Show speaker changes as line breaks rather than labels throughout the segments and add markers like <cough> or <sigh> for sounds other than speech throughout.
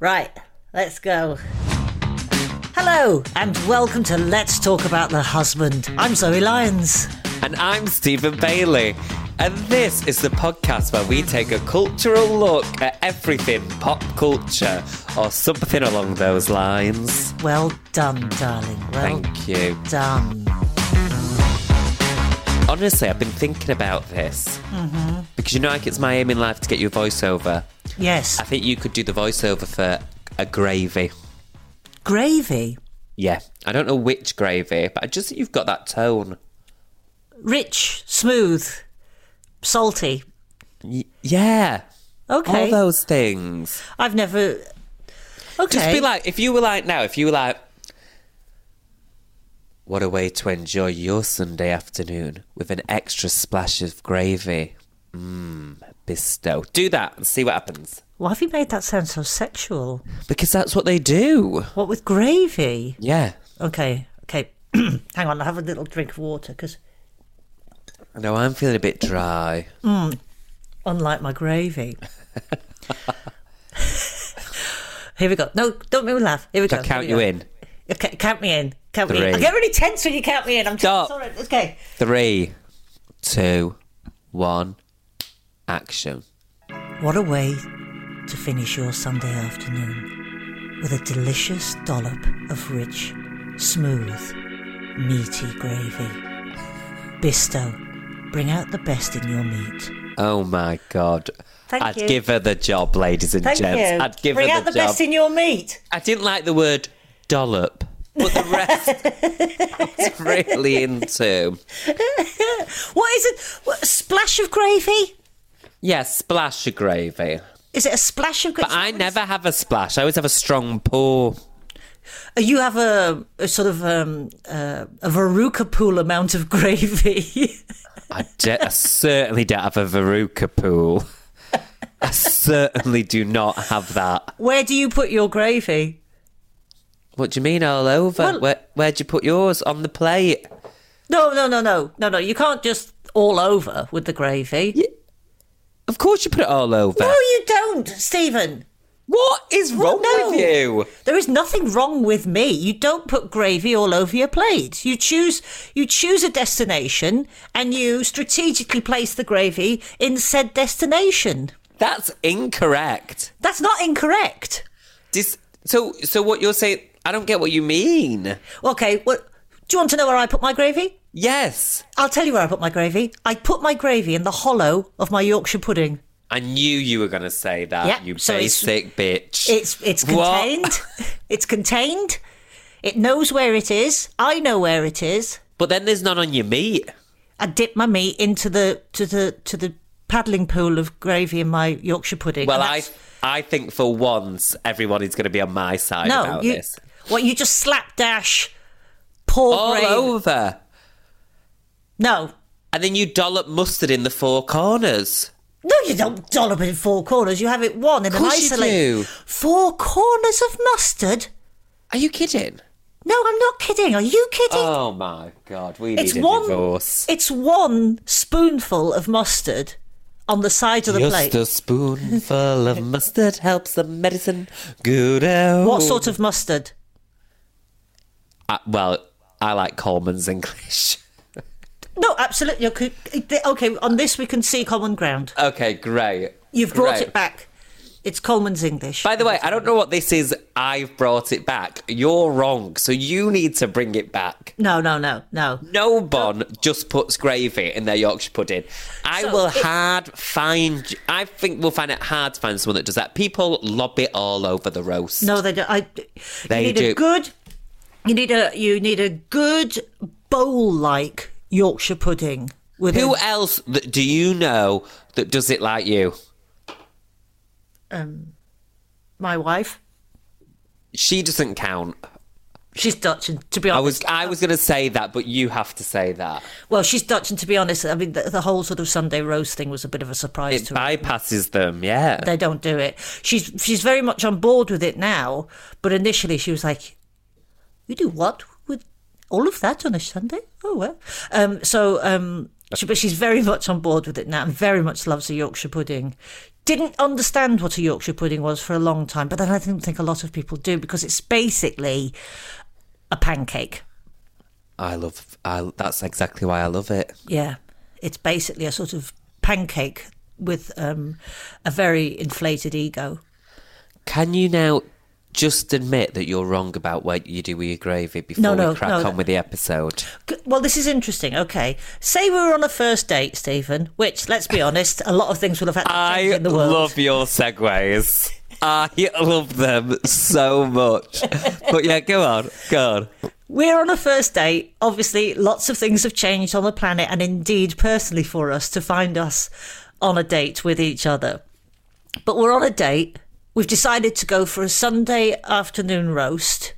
Right, let's go. Hello, and welcome to Let's Talk About the Husband. I'm Zoe Lyons.
And I'm Stephen Bailey. And this is the podcast where we take a cultural look at everything pop culture or something along those lines.
Well done, darling. Well
Thank you.
done.
Honestly, I've been thinking about this because you know, like it's my aim in life to get you a voiceover.
Yes.
I think you could do the voiceover for a gravy.
Gravy.
Yeah, I don't know which gravy, but I just think you've got that tone.
Rich, smooth, salty.
Y- yeah,
Okay.
all those things.
I've never. Okay.
Just be like, if you were like now, if you were like, what a way to enjoy your Sunday afternoon with an extra splash of gravy. Mmm, bisto. Do that and see what happens.
Why have you made that sound so sexual?
Because that's what they do.
What with gravy?
Yeah.
Okay, okay. <clears throat> Hang on, I'll have a little drink of water because,
No, I'm feeling a bit dry.
unlike my gravy. Here we go. No, don't make me laugh. Here we
Can
go.
I count
Here we
you
go.
in?
Okay, count me in. Count me in. I
Three.
get really tense when you count me in. I'm
Stop.
tense already. Okay.
Three, two, one, action.
What a way to finish your Sunday afternoon with a delicious dollop of rich, smooth, meaty gravy. Bisto, bring out the best in your meat.
Oh my god.
Thank
I'd
you.
give her the job, ladies and gents. I'd give
bring
her
out the,
job.
best in your meat.
I didn't like the word dollop, but the rest
<laughs>
I was really into.
What is it? What, a splash of gravy?
Yeah, splash of gravy.
Is it a splash of gravy?
But I never have a splash. I always have a strong pour.
Uh, You have a, a sort of um, uh, a Veruca pool amount of <laughs> gravy.
I, de- I certainly don't have a Veruca pool. I certainly do not have that.
Where do you put your gravy?
What do you mean all over?
Well-
Where, where'd you put yours? On the plate?
No, no, no, no, no, no. You can't just all over with the gravy.
Of course you put it all over.
No, you don't, Stephen.
what is wrong
No.
with you?
There is nothing wrong with me. You don't put gravy all over your plate. You choose you choose a destination and you strategically place the gravy in said destination.
That's incorrect.
That's not incorrect.
Dis- so, so what you're saying? I don't get what you mean.
Okay, well, do you want to know where I put my gravy?
Yes.
I'll tell you where I put my gravy. I put my gravy in the hollow of my Yorkshire pudding.
I knew you were going to say that,
Yeah,
you
so it's-
basic bitch.
It's it's
What?
contained. <laughs> it's contained. It knows where it is. I know where it is.
But then there's none on your meat.
I dip my meat into the to the to the paddling pool of gravy in my Yorkshire pudding.
Well,
and
I
that's-
I think for once everyone is going to be on my side
no,
about
you
this.
what you just slapdash pour
All
gravy.
over.
No,
And then you dollop mustard in the four corners.
No, you don't dollop in four corners. You have it one in an
Course you
isolate.
do.
Four corners of mustard?
Are you kidding?
No, I'm not kidding. Are you kidding?
Oh my god, we
it's
need a
one.
divorce.
It's one spoonful of mustard on the side of the
Just
plate.
a spoonful of mustard helps the medicine good out.
What sort of mustard?
Uh, well, I like Coleman's English. <laughs>
No, absolutely. Okay, okay, on this we can see common ground.
Okay, great.
You've brought
Great.
it back. It's Coleman's English.
By the way, I don't know what this is. I've brought it back. You're wrong. So you need to bring it back.
no, no, no, no.
No one just puts gravy in their Yorkshire pudding. I
So
will
it-
hard find. I think we'll find it hard to find someone that does that. People lob it all over the roast.
No, they don't. I,
They
you need
do.
a good. You need a you need a good bowl-like Yorkshire pudding with
Who
a,
else that do you know that does it like you?
my wife.
She doesn't count.
She's Dutch, and to be
I
honest,
was I was going to say that, but you have to say that.
well, she's Dutch, and to be honest, I mean, the, the whole sort of Sunday roast thing was a bit of a surprise
It
to her.
bypasses them. Yeah.
They don't do it. She's she's very much on board with it now, but initially she was like, "You do what with all of that on a Sunday? Oh well." Um, so, um, she, but she's very much on board with it now, and very much loves a Yorkshire pudding. Didn't understand what a Yorkshire pudding was for a long time, but then I didn't think a lot of people do because it's basically a pancake.
I love. I, that's exactly why I love it.
Yeah, it's basically a sort of pancake with um, a very inflated ego.
Can you now just admit that you're wrong about what you do with your gravy before
No, no,
we crack
no.
on with the episode?
G- Well, this is interesting. Okay, say we were on a first date, Stephen. Which, let's be honest, a lot of things will have had to change
I
in the world.
love
<laughs>
your segues. I love them so much. But yeah, go on, go on.
We're on a first date. Obviously, lots of things have changed on the planet, and indeed, personally, for us to find us on a date with each other. But we're on a date. We've decided to go for a Sunday afternoon roast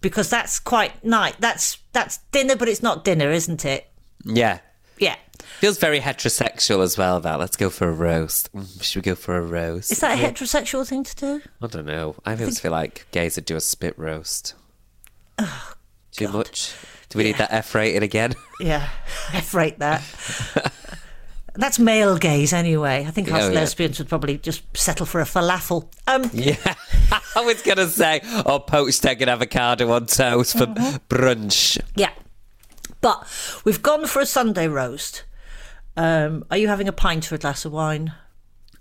because that's quite night. That's that's dinner, but it's not dinner, isn't it?
Yeah.
Yeah.
Feels very heterosexual as well, that. Let's go for a roast. Mm, Should we go for a roast?
Is that a heterosexual thing to do?
I don't know. I always feel like gays would do a spit roast.
Oh,
Too much? Do we need that F rated again?
Yeah, <laughs> I rate
<laughs>
that. That's male gaze anyway. I think us
Oh, yeah.
lesbians would probably just settle for a falafel. Um,
Yeah, <laughs> I was gonna say, oh, poached egg and avocado on toast for
Uh-huh.
brunch.
yeah. But we've gone for a Sunday roast. Um, are you having a pint or a glass of wine?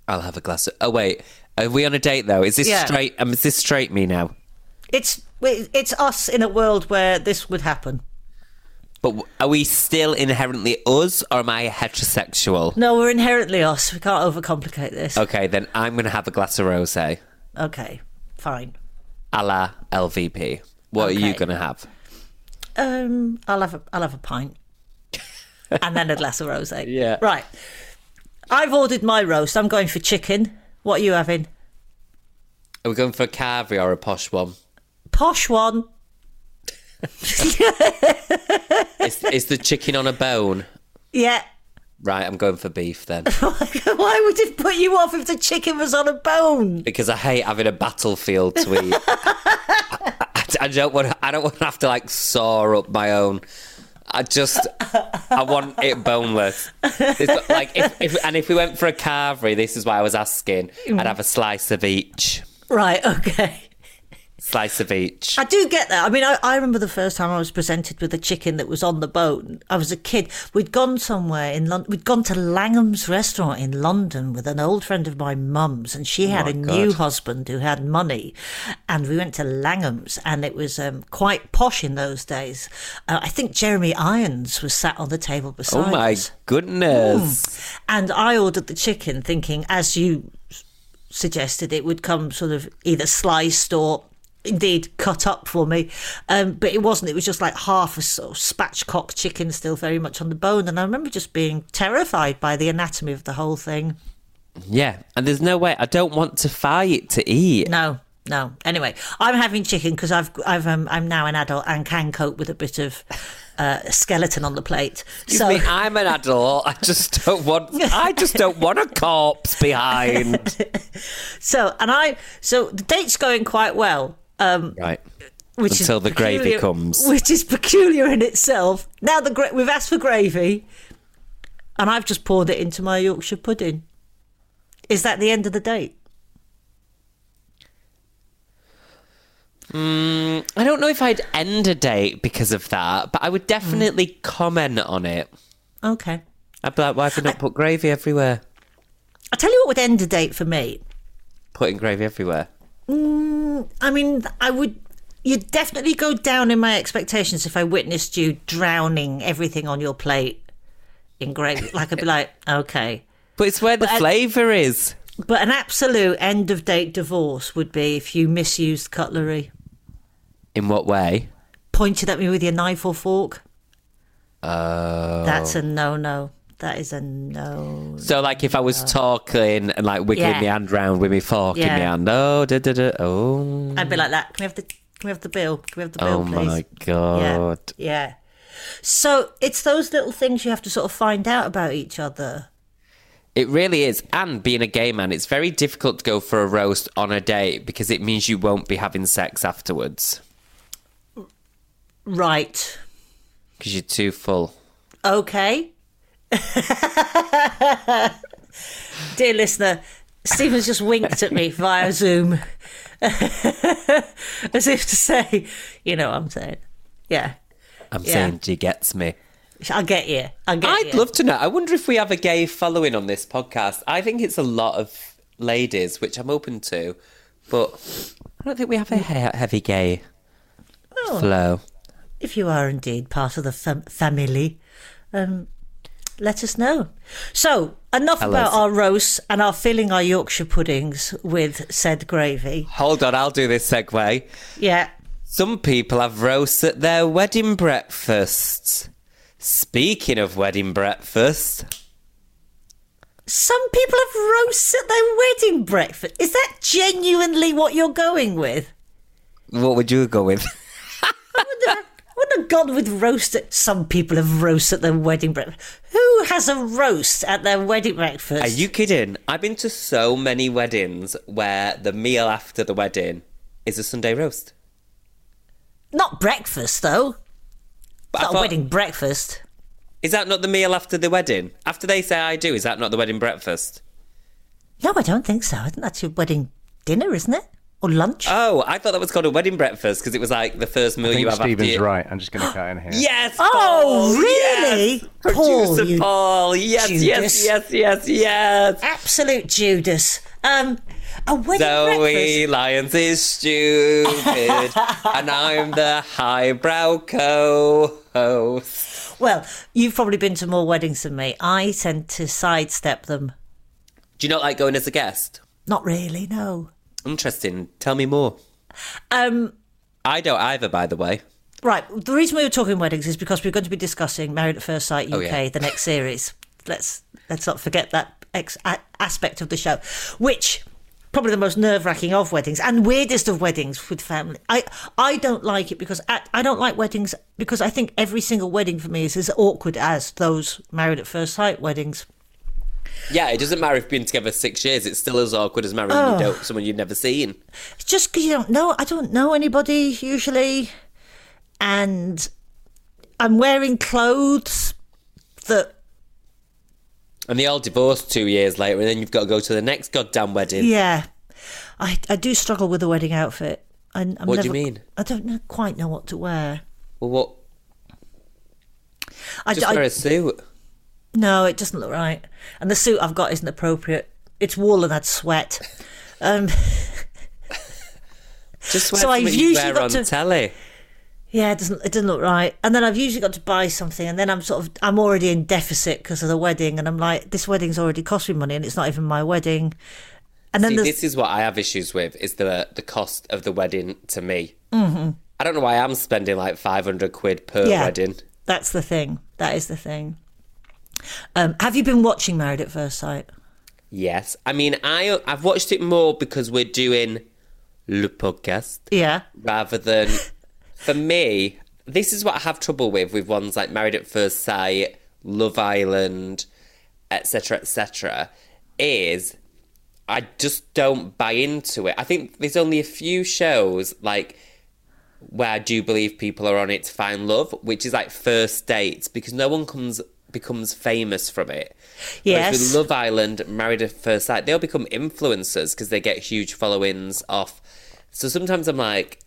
I'll have a glass. Of, oh wait, are we on a date though? Is this
Yeah.
straight? Um, is this straight me now?
It's it's us in a world where this would happen.
But w- are we still inherently us, or am I heterosexual?
No, we're inherently us. We can't overcomplicate this.
Okay, then I'm gonna have a glass of rosé,
Okay, fine.
a la LVP. What are you
Okay.
gonna have?
Um, I'll have a, I'll have a pint, and then a glass of rosé.
Yeah.
Right. I've ordered my roast. I'm going for chicken. What are you having?
Are we going for a caviar or a posh one?
Posh one.
Is, is the chicken on a bone?
Yeah. <laughs>
Right, I'm going for beef then,
Why would it put you off if the chicken was on a bone?
because I hate having a battlefield to
<laughs>
eat. I- I don't want. I don't want to have to like saw up my own. I just. I want it boneless. It's like if, if and if we went for a carvery, this is why I was asking.
Mm.
I'd have a slice of each.
Right. Okay.
Slice of each.
I do get that. I mean, I, I remember the first time I was presented with a chicken that was on the bone. I was a kid. We'd gone somewhere in London. We'd gone to Langham's restaurant in London with an old friend of my mum's, and she had a new husband who had money. And we went to Langham's, and it was um, quite posh in those days. Uh, I think Jeremy Irons was sat on the table
oh
beside
my
us.
goodness!
And I ordered the chicken thinking, as you s- suggested, it would come sort of either sliced or indeed cut up for me. Um, but it wasn't. It was just like half a sort of spatchcock chicken, still very much on the bone. And I remember just being terrified by the anatomy of the whole thing.
Yeah, and there's no way. I don't want to fight to eat.
No. No. Anyway, I'm having chicken because I've I've um, I'm now an adult and can cope with a bit of uh, skeleton on the plate.
Excuse me, I'm an adult. I just don't want. I just don't want a corpse
<laughs>
behind.
so and I so the date's going quite well. Um,
Right.
which
Until
is
the gravy
peculiar-
comes.
which is peculiar in itself. Now the gra- we've asked for gravy, and I've just poured it into my Yorkshire pudding. Is that the end of the date?
I don't know if I'd end a date because of that, but I would definitely comment on it.
Okay.
I'd be like, why have you not put gravy everywhere?
I'll tell you what would end a date for me.
Putting gravy everywhere.
I mean, I would. You'd definitely go down in my expectations if I witnessed you drowning everything on your plate in
<laughs>
gravy. Like I'd be like, okay.
But it's where the flavour is.
But an absolute end of date divorce would be if you misused cutlery,
In what way?
pointed at me with your knife or fork.
Uh,
That's a no no. That is a no.
so, like, if I was talking and like wiggling
Uh, Yeah.
my hand round with my fork in my
Yeah.
hand, oh, da da da, oh,
I'd be like that. Can we have the can we have the bill? Can we have the bill,
oh
please?
my god.
Yeah. yeah. So it's those little things you have to sort of find out about each other.
It really is. And being a gay man, it's very difficult to go for a roast on a date because it means you won't be having sex afterwards
Right.
because you're too full.
Okay. <laughs> Dear listener, Stephen's just winked at me via Zoom <laughs> as if to say, you know what I'm saying. Yeah.
I'm
Yeah.
saying she gets me.
I'll get you. I'll get
I'd
you.
love to know. I wonder if we have a gay following on this podcast. I think it's a lot of ladies, which I'm open to, but I don't think we have a he- heavy gay
Oh.
flow.
if you are indeed part of the fam- family, um, let us know. So, enough
Hello.
about our roasts and our filling our Yorkshire puddings with said gravy.
Hold on, I'll do this segue.
Yeah.
Some people have roasts at their wedding breakfasts. Speaking of wedding breakfast,
Some people have roasts at their wedding breakfast. Is that genuinely what you're going with?
what would you go with?
Wouldn't have gone with roast. At- Some people have roasts at their wedding breakfast. Who has a roast at their wedding breakfast?
Are you kidding? I've been to so many weddings where the meal after the wedding is a Sunday roast.
not breakfast though?
But I
Not a
thought-
wedding breakfast.
Is that not the meal after the wedding? After they say I do, is that not the wedding breakfast?
No, I don't think so. I think that's your wedding dinner, isn't it? Or lunch?
Oh, I thought that was called a wedding breakfast because it was like the first meal
I
you
think
have
Stephen's
after. you-
right. I'm just going to cut in here.
Yes.
Oh,
Paul,
really?
Yes. Producer
Paul, you
Paul. Yes, yes,
Judas.
yes, yes, yes.
Absolute Judas. Um, a wedding
Zoe
breakfast.
Lyons
<laughs>
is stupid, and I'm the highbrow co-host.
Well, you've probably been to more weddings than me. I tend to sidestep them.
Do you not like going as a guest?
Not really, no.
Interesting. Tell me more.
Um,
I don't either, by the way.
right. The reason we were talking weddings is because we're going to be discussing Married at First Sight UK,
yeah.
the next series. Let's let's not forget that ex- a- aspect of the show, which probably the most nerve wracking of weddings and weirdest of weddings with family. I I don't like it because I, I don't like weddings because I think every single wedding for me is as awkward as those Married at First Sight weddings.
Yeah, it doesn't matter if you've been together six years; it's still as awkward as marrying
Oh.
you don't, someone you've never seen.
just because you don't know, I don't know anybody usually, and I'm wearing clothes that
And they all divorced two years later, and then you've got to go to the next goddamn wedding.
yeah, I I do struggle with a wedding outfit. I, I'm
What
never,
do you mean?
I don't know, quite know what to wear.
Well, what?
I,
Just
I-
wear a suit.
no, it doesn't look right, and the suit I've got isn't appropriate. It's wool and I'd sweat. Um,
Just wear
So I've
something you
usually
wear
got
on
to-
telly.
yeah, it doesn't it doesn't look right. And then I've usually got to buy something, and then I'm sort of I'm already in deficit because of the wedding, and I'm like, this wedding's already cost me money, and it's not even my wedding. And then
See,
there's
this is what I have issues with: is the the cost of the wedding to me. Mm-hmm. I don't know why I'm spending like five hundred quid per wedding.
That's the thing. That is the thing. Um, have you been watching Married at First Sight?
Yes, I mean I I've watched it more because we're doing le podcast
Yeah.
rather than for me. This is what I have trouble with with ones like Married at First Sight, Love Island, etc., etc. Is I just don't buy into it. I think there's only a few shows like where I do believe people are on it to find love, which is like first dates because no one comes becomes famous from it.
Yes.
Whereas with Love Island, Married at First Sight, they'll become influencers because they get huge followings off. So sometimes I'm like,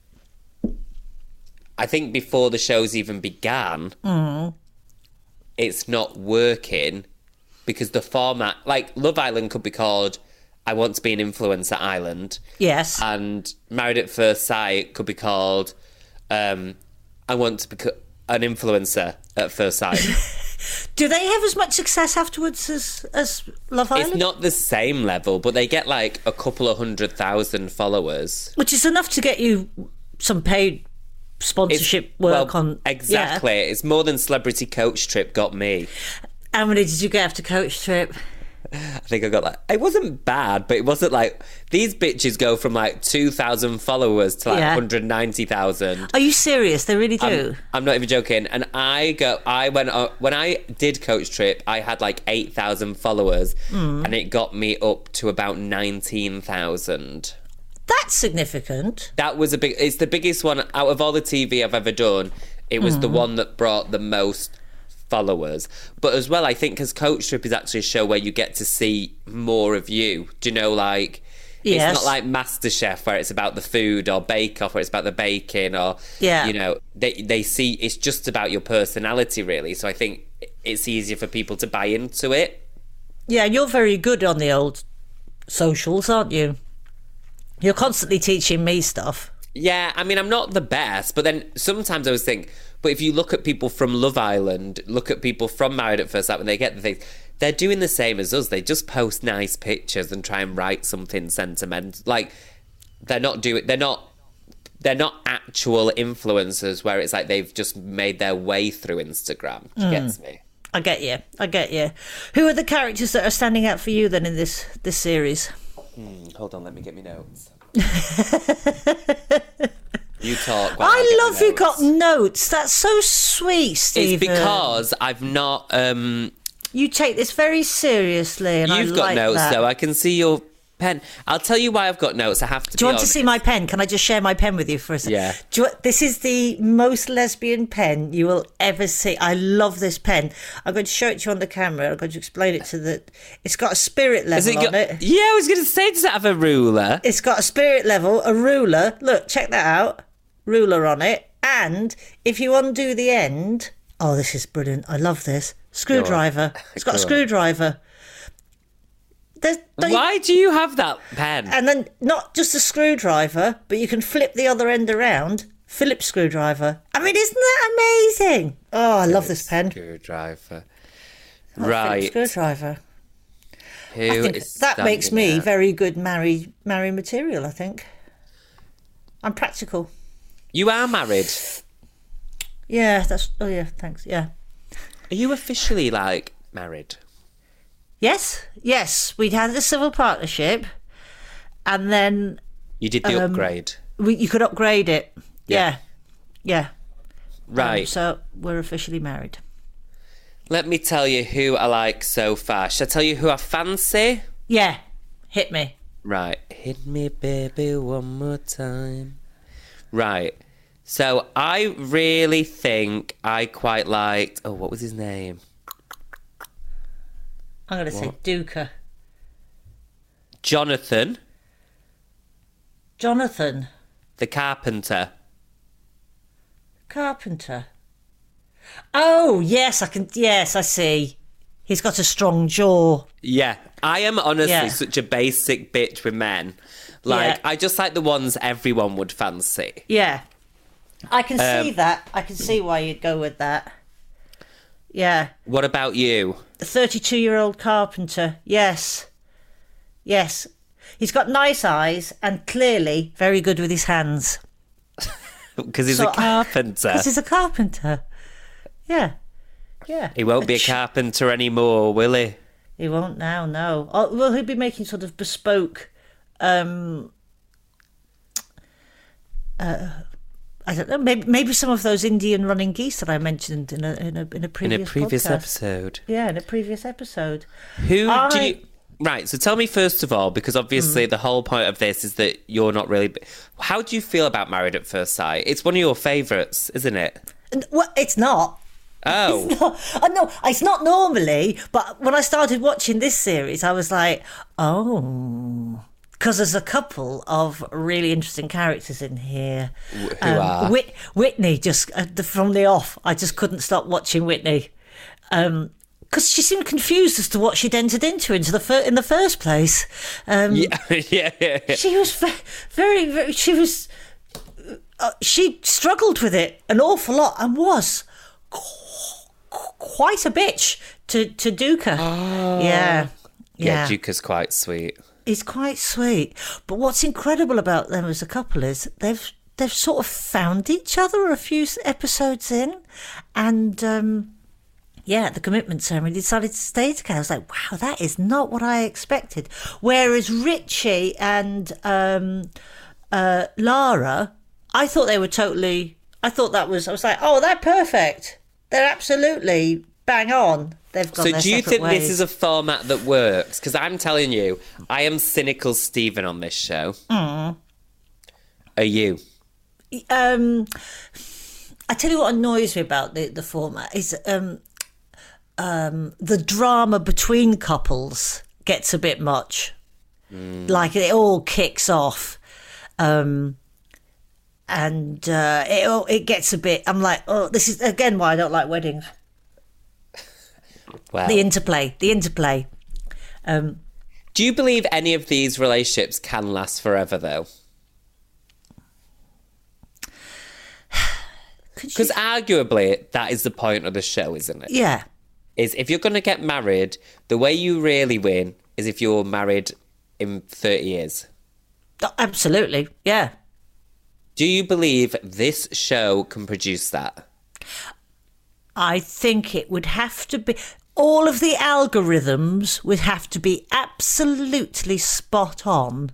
I think before the shows even began, it's not working because the format, like Love Island, could be called "I Want to Be an Influencer Island,"
Yes.
and Married at First Sight could be called um, "I Want to Be an Influencer at
<laughs>
First Sight."
Do they have as much success afterwards as, as Love Island?
it's not the same level, but they get like a couple of hundred thousand followers.
Which is enough to get you some paid
It's-
sponsorship work
well,
on. yeah.
exactly. It's more than Celebrity Coach Trip got me.
How many did you get after Coach Trip?
I think I got like it wasn't bad, but it wasn't like these bitches go from like two thousand followers to like
Yeah.
hundred ninety thousand.
Are you serious? They really do.
I'm not even joking. And I go, I went up, when I did Coach Trip, I had like eight thousand followers, and it got me up to about nineteen thousand.
That's significant.
That was a big. It's the biggest one out of all the TV I've ever done. It was the
Mm-hmm.
one that brought the most followers. But as well, I think because Coach Trip is actually a show where you get to see more of you. Do you know, like.
Yes.
It's not like MasterChef where it's about the food or Bake Off where it's about the baking or
Yeah.
you know they they see it's just about your personality really. So I think it's easier for people to buy into it.
Yeah, you're very good on the old socials, aren't you? You're constantly teaching me stuff.
Yeah, I mean, I'm not the best, but then sometimes I always think, but if you look at people from Love Island, look at people from Married at First Sight, when they get the things, they're doing the same as us. They just post nice pictures and try and write something sentimental. Like they're not doing, they're not, they're not actual influencers where it's like they've just made their way through Instagram. Which Gets
Hmm.
me.
I get you. I get you. Who are the characters that are standing out for you then in this this series?
Hold on, let me get
<laughs>
me notes. you talk. while
I
get my
love you
notes.
got notes. That's so sweet, Stephen.
It's because I've not. um
you take this very seriously, and I
You've got
like
notes
that.
though. I can see your pen. I'll tell you why I've got notes. I have to.
Do you
be
want to
honest.
see my pen? Can I just share my pen with you for a second?
Yeah.
Do you, want- this is the most lesbian pen you will ever see. I love this pen. I'm going to show it to you on the camera. I'm going to explain it to the. It's got a spirit level
Has it
on
got-
it.
Yeah, I was going to say, does it have a ruler?
It's got a spirit level, a ruler. Look, check that out. Ruler on it. And if you undo the end, oh, this is brilliant. I love this. Screwdriver. It's got a
Go on.
screwdriver. There's, don't you-
Why do you have that pen?
and then not just a screwdriver, but you can flip the other end around. Phillips screwdriver. I mean, isn't that amazing? Oh, I love this pen.
Screwdriver.
Phillips
Right.
Screwdriver.
Who
I think
is
that makes
Ah, standing
me
there?
very good marry marry material. I think. I'm practical.
You are married.
Yeah, that's. Oh, yeah. Thanks. Yeah.
Are you officially like married?
Yes. Yes. We'd had a civil partnership, and then
You did the
Um,
upgrade.
we, you could upgrade it. Yeah. Yeah.
Right.
So we're officially married.
Let me tell you who I like so far. Shall I tell you who I fancy?
Yeah. Hit me.
Right. Hit me, baby, one more time. Right. So I really think I quite liked. Oh, what was his name?
I'm going to say Duca.
Jonathan,
Jonathan
the carpenter.
Carpenter. Oh, yes, I can. Yes, I see. He's got a strong jaw.
Yeah. I am honestly
Yeah.
such a basic bitch with men. Like,
Yeah.
I just like the ones everyone would fancy.
Yeah. I can
Um,
see that. I can see why you'd go with that. Yeah.
What about you?
32 year old carpenter. Yes. Yes. He's got nice eyes and clearly very good with his hands.
Because he's
So
a
I- <laughs>
carpenter.
This is a carpenter. Yeah. Yeah. <laughs>
He won't be a
ch-
carpenter anymore, will he?
He won't now, no. Oh, well, he'll be making sort of bespoke. Um, uh, I don't know. Maybe, maybe some of those Indian running geese that I mentioned in a in a, in a
In
previous
a previous
podcast.
episode.
Yeah, in a previous episode.
Who do
I- Mm-hmm.
you? Right. So tell me first of all, because obviously the whole point of this is that you're not really. How do you feel about Married at First Sight? It's one of your favourites, isn't
<laughs>
it?
And, well, it's not.
Oh, <laughs>
I know it's not normally, but when I started watching this series, I was like, oh, because there's a couple of really interesting characters in here. Um,
who are?
Whit- Whitney just uh, the, from the off, I just couldn't stop watching Whitney. Um, because she seemed confused as to what she'd entered into into the fir- in the first place. Um,
Yeah, yeah, yeah, yeah.
She was ve- very, very. She was. Uh, she struggled with it an awful lot and was qu- quite a bitch to to Duca. Yeah.
Yeah, Duca's quite sweet.
It's quite sweet. But what's incredible about them as a couple is they've they've sort of found each other a few s- episodes in, and um, yeah, at the commitment ceremony, they decided to stay together. I was like, wow, that is not what I expected. Whereas Richie and um, uh, Lara, I thought they were totally. I thought that was. I was like, oh, they're perfect. They're absolutely bang on. They've got.
So, do you think this is a format that works? Because I'm telling you, I am cynical Stephen on this show.
Mm.
Are you?
um I tell you what annoys me about the, the format is um um the drama between couples gets a bit much. Like it all kicks off. Um and uh, it all- it gets a bit. I'm like, oh, this is again why I don't like weddings.
Well,
The interplay, the interplay.
do you believe any of these relationships can last forever, though?
<sighs> Could you-
Because arguably, that is the point of the show, isn't it?
yeah,
Is if you're going to get married, the way you really win is if you're married in 30 years.
Oh, absolutely, yeah.
Do you believe this show can produce that?
I think it would have to be all of the algorithms would have to be absolutely spot on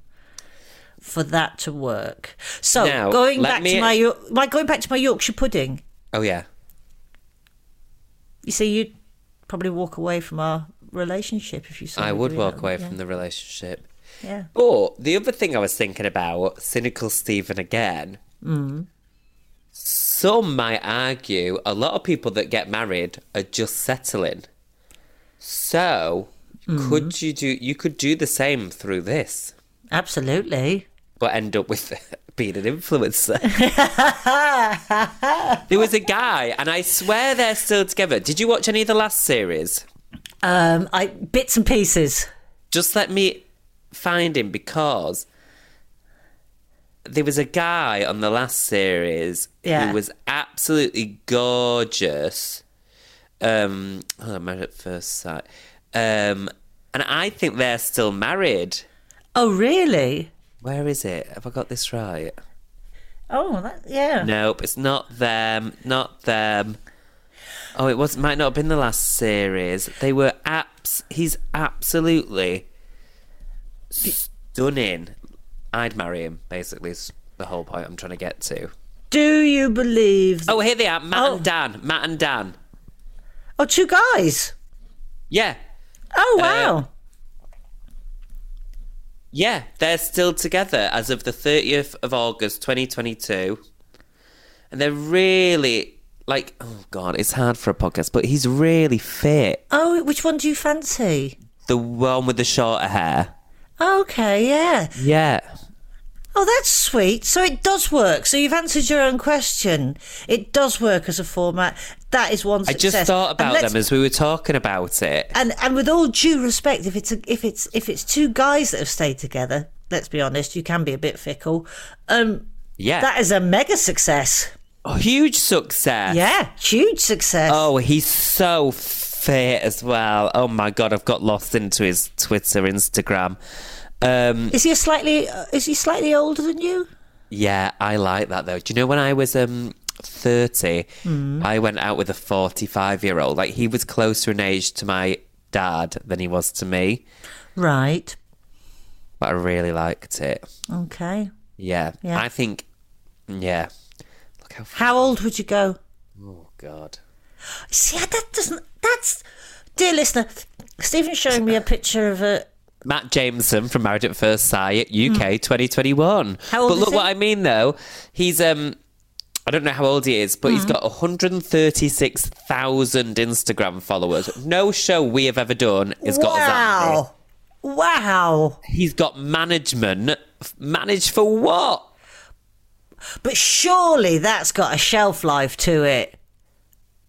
for that to work. So
Now,
going
let
back
me-
to my, Yo- my going back to my Yorkshire pudding,
Oh, yeah.
you see, you'd probably walk away from our relationship if you saw.
I
me
would
doing
walk
that.
away from the relationship.
Yeah.
But the other thing I was thinking about, cynical Stephen again. Some might argue a lot of people that get married are just settling. So could you do? You could do the same through this,
Absolutely.
but end up with <laughs> being an influencer. there was a guy, and I swear they're still together. Did you watch any of the last series?
Um, I bits and pieces.
just let me find him because there was a guy on the last series
Yeah.
who was absolutely gorgeous. Um, oh, married at first sight. Um, and I think they're still married.
Oh really?
Where is it? Have I got this right?
Oh, that, yeah.
Nope, it's not them. Not them. Oh, it was might not have been the last series. They were apps. He's absolutely stunning. I'd marry him. Basically, is the whole point I'm trying to get to.
Do you believe?
Oh, here they are, Matt
Oh.
and Dan. Matt and Dan.
oh, two guys.
Yeah, Uh,
Oh wow.
yeah. They're still together as of the 30th of August, 2022, and they're really like. Oh God, it's hard for a podcast, but he's really fit.
oh, which one do you fancy?
The one with the shorter hair.
Okay, yeah.
Yeah.
Oh, that's sweet. So it does work. So you've answered your own question. It does work as a format. That is one
I
success.
just thought
And
about
let's-
them as we were talking about it.
and and with all due respect, if it's a, if it's if it's two guys that have stayed together, let's be honest, you can be a bit fickle. Um,
Yeah.
that is a mega success.
a huge success.
Yeah, huge success.
Oh, he's so fit as well. Oh my god, I've got lost into his Twitter, Instagram. Um,
Is he a slightly uh, is he slightly older than you?
yeah, I like that though. Do you know when I was um 30,
Mm.
I went out with a 45 year old. Like he was closer in age to my dad than he was to me,
Right.
but I really liked it.
Okay.
Yeah.
Yeah.
I think yeah. Look how f-
How old would you go?
oh god.
See, that doesn't. That's dear listener. Stephen's showing me a picture of a.
Matt Jameson from Married at First Sight, UK 2021.
Hmm. How old
but
is
look
he?
what I mean though. He's um I don't know how old he is, but
Hmm.
he's got 136,000 Instagram followers. No show we have ever done has got that. many.
wow! Wow!
He's got management. F- Managed for what?
But surely that's got a shelf life to it.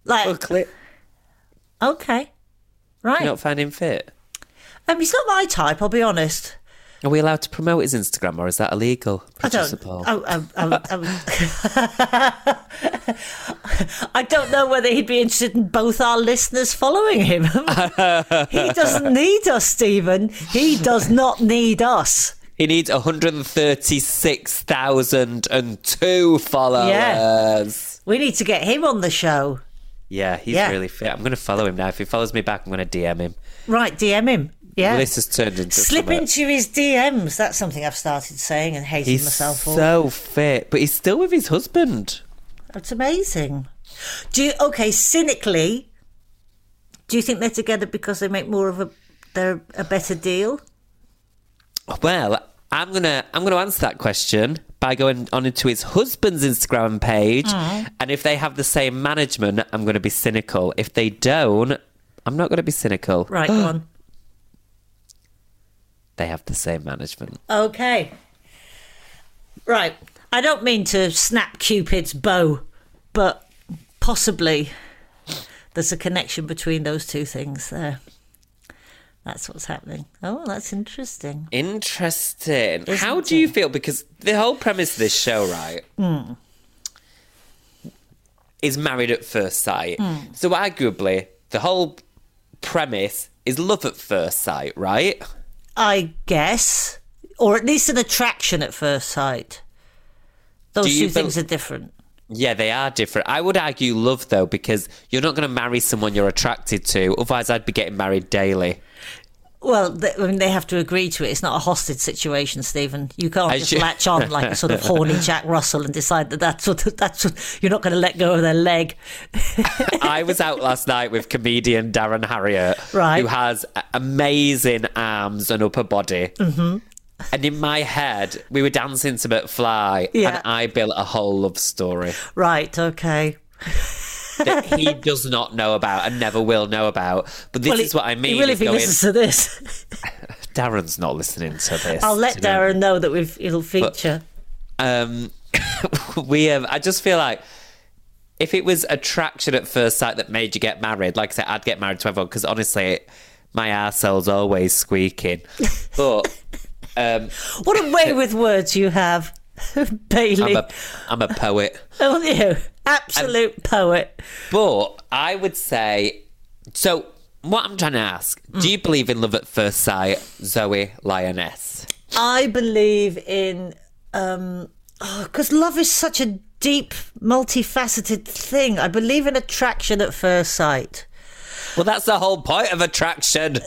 Like,
Well, cle-
Okay. Right.
You don't find him fit.
Um, he's not my type, I'll be honest.
Are we allowed to promote his Instagram, or is that illegal?
I don't. oh,
Producer Paul.
I, I, I, I, was- oh. <laughs> I don't know whether he'd be interested in both our listeners following him. <laughs> he doesn't need us, Stephen. He does not need us.
He needs 136,002 followers.
We need to get him on the show.
Yeah, he's
Yeah.
really fit. I'm going to follow him now. If he follows me back, I'm going to DM him.
Right, DM him. Yeah.
This has turned into
Slip
something.
into his DMs. That's something I've started saying and hating
He's
myself for.
so fit, but he's still with his husband.
That's amazing. Do you okay? Cynically, do you think they're together because they make more of a they're a better deal?
Well, I'm gonna I'm gonna answer that question by going on into his husband's Instagram page,
Mm.
and if they have the same management, I'm gonna be cynical. If they don't, I'm not gonna be cynical.
Right, go on.
They have the same management.
Okay. Right. I don't mean to snap Cupid's bow, but possibly there's a connection between those two things there. That's what's happening. Oh, that's interesting.
Interesting. How
Isn't
do you feel? Because the whole premise of this show, right, is married at first sight. So arguably, the whole premise is love at first sight, right?
I guess, or at least an attraction at first sight. Those
Do you
two
bel-
things are different.
Yeah, they are different. I would argue love though, because you're not going to marry someone you're attracted to. Otherwise, I'd be getting married daily.
Well, they, I mean, they have to agree to it. It's not a hostage situation, Stephen. You can't
I
just
ju-
latch on like a sort of horny
<laughs>
Jack Russell and decide that that's what that's what you're not going to let go of their leg.
I was out last night with comedian Darren Harriott,
Right.
who has a- amazing arms and upper body. Mm-hmm. And in my head, we were dancing to McFly,
Yeah.
and I built a whole love story
Right? Okay.
that
<laughs>
he does not know about and never will know about. But this
Well,
is what I mean.
He will
is
if he
going,
listens to
<laughs>
this.
Darren's not listening to this.
I'll let
today.
Darren know that we've it'll feature.
um, <laughs> we have. I just feel like if it was attraction at first sight that made you get married, like I said, I'd get married to everyone because honestly, my arsehole's always squeaking. But um,
what a
<laughs>
way with words you have, <laughs> Bailey.
I'm a I'm a poet.
Aren't you? Absolute poet.
But I would say so. What I'm trying to ask: Do you believe in love at first sight, Zoe Lioness?
I believe in um because love is such a deep, multifaceted thing. I believe in attraction at first sight.
Well, that's the whole point of attraction.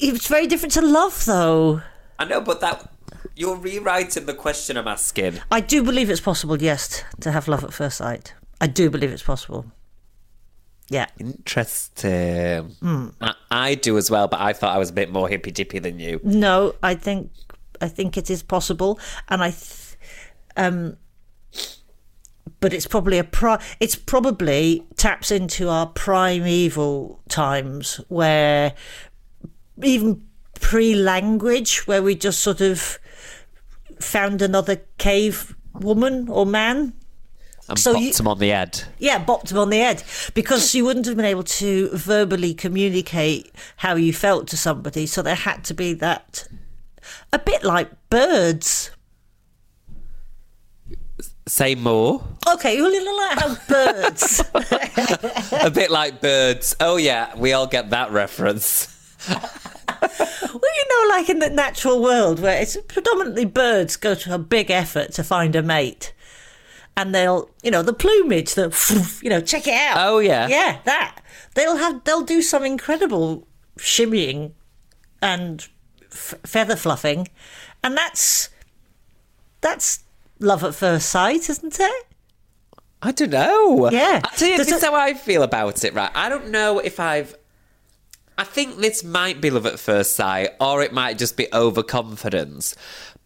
It's very different to love, though.
I know, but that you're rewriting the question I'm asking.
I do believe it's possible, yes, to have love at first sight. I do believe it's possible. Yeah.
Interesting. uh,
Hmm.
I, I do as well, but I thought I was a bit more hippy dippy than you.
No, I think I think it is possible, and I, th- um, but it's probably a pri- It's probably taps into our primeval times where even pre-language, where we just sort of found another cave woman or man.
And
So
popped
you-
him on the head.
Yeah, bopped him on the head because you wouldn't have been able to verbally communicate how you felt to somebody. So there had to be that, a bit like birds.
Say more.
Okay, well, you know, like how birds.
a bit like birds. Oh, yeah, we all get that reference.
well, you know, like in the natural world where it's predominantly birds go to a big effort to find a mate. And they'll, you know, the plumage, the, <laughs> you know, check it out.
Oh, yeah.
Yeah, that. They'll have, they'll do some incredible shimmying and f- feather fluffing. And that's, that's love at first sight, isn't it?
I don't know.
Yeah.
I tell you,
Does
this is
it-
how I feel about it, right? I don't know if I've. I think this might be love at first sight, or it might just be overconfidence.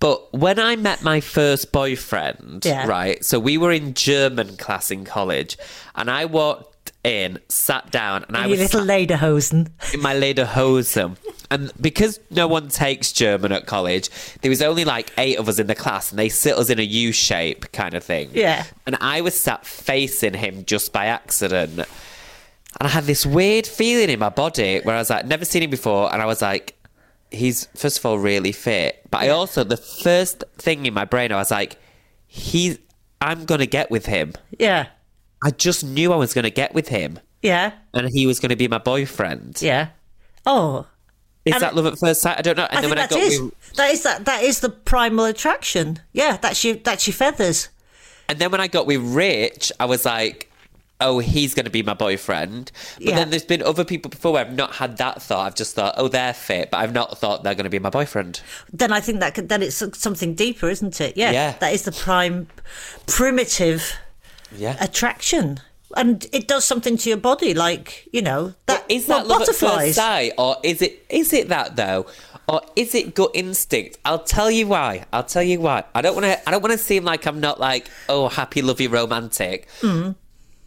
But when I met my first boyfriend,
Yeah.
right? So we were in German class in college, and I walked in, sat down, and I
You
was
little
sat-
lederhosen.
in my Lederhosen. And because no one takes German at college, there was only like eight of us in the class, and they sit us in a U shape kind of thing.
Yeah.
And I was sat facing him just by accident. And I had this weird feeling in my body where I was like, never seen him before. And I was like, he's, first of all, really fit. But I also, the first thing in my brain, I was like, he's, I'm going to get with him.
<laughs> Yeah.
I just knew I was going to get with him.
Yeah.
And he was going to be my boyfriend.
Yeah. Oh.
Is
And
that
I-
love at first sight? I don't know. And
I think that is that is that that is the primal attraction. Yeah, that's your that's your feathers.
And then when I got with Rich, I was like, oh, he's going to be my boyfriend. But
Yeah.
then there's been other people before where I've not had that thought. I've just thought, oh, they're fit, but I've not thought they're going to be my boyfriend.
Then I think that could, then it's something deeper, isn't it? Yeah,
Yeah.
that is the prime primitive
Yeah.
attraction, and it does something to your body, like you know that
is
well,
that love at first
butterflies.
sight, or is it is it that though, or is it gut instinct? I'll tell you why. I'll tell you why. I don't want to. I don't want to seem like I'm not like oh happy, lovey, romantic.
Mm.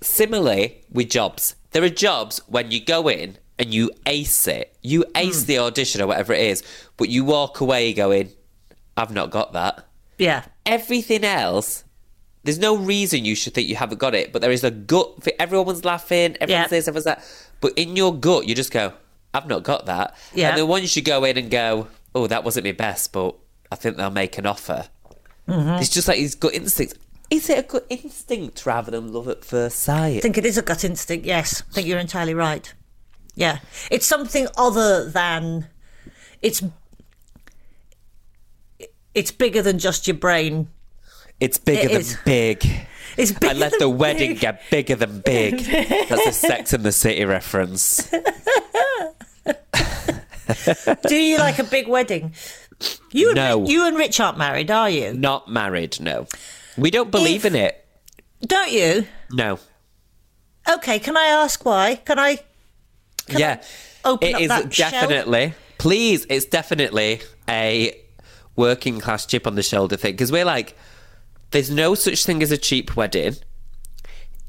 Similarly with jobs, there are jobs when you go in and you ace it, you ace
Mm.
the audition or whatever it is, but you walk away going, I've not got that
Yeah,
everything else there's no reason you should think you haven't got it but there is a gut fit everyone's laughing everyone's
Yeah.
this everyone's that but in your gut you just go i've not got that
Yeah.
and then once you go in and go oh that wasn't my best but i think they'll make an offer
Mm-hmm.
it's just like his gut instinct is it a gut instinct rather than love at first sight
I think it is a gut instinct. Yes, I think you're entirely right. Yeah, it's something other than it's it's bigger than just your brain.
it's bigger
It
than
is. <laughs>
big
It's bigger
I let
than
the wedding
big.
get bigger
<laughs>
than big. That's a Sex in the City reference.
Do you like a big wedding? You and
No.
Rich, you and Rich aren't married, are you?
Not married, no. We don't believe
If-
in it.
Don't you?
No.
Okay, can I ask why? Can I?
yeah.
open
It
up
is
that shell?
definitely, please, it's definitely a working class chip on the shoulder thing because we're like, there's no such thing as a cheap wedding.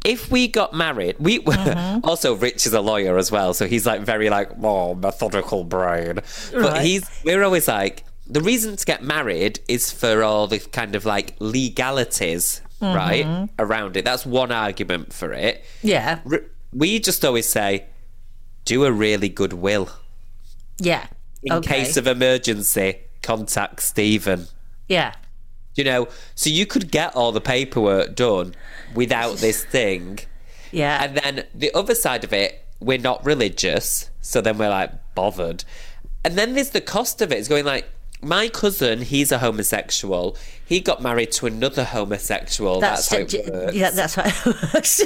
If we got married, we
Mm-hmm.
<laughs> also Rich is a lawyer as well, so he's like very like oh methodical brain, but
Right.
he's we're always like the reason to get married is for all the kind of like legalities
Mm-hmm.
right around it. That's one argument for it.
Yeah,
R- we just always say, do a really good will.
yeah.
In case of emergency, contact Stephen.
yeah,
You know, so you could get all the paperwork done without this thing.
yeah,
And then the other side of it, we're not religious, so then we're like bothered. And then there's the cost of it. It's going like my cousin, he's a homosexual. He got married to another homosexual. That's, how it works.
yeah. That's how it <laughs> works.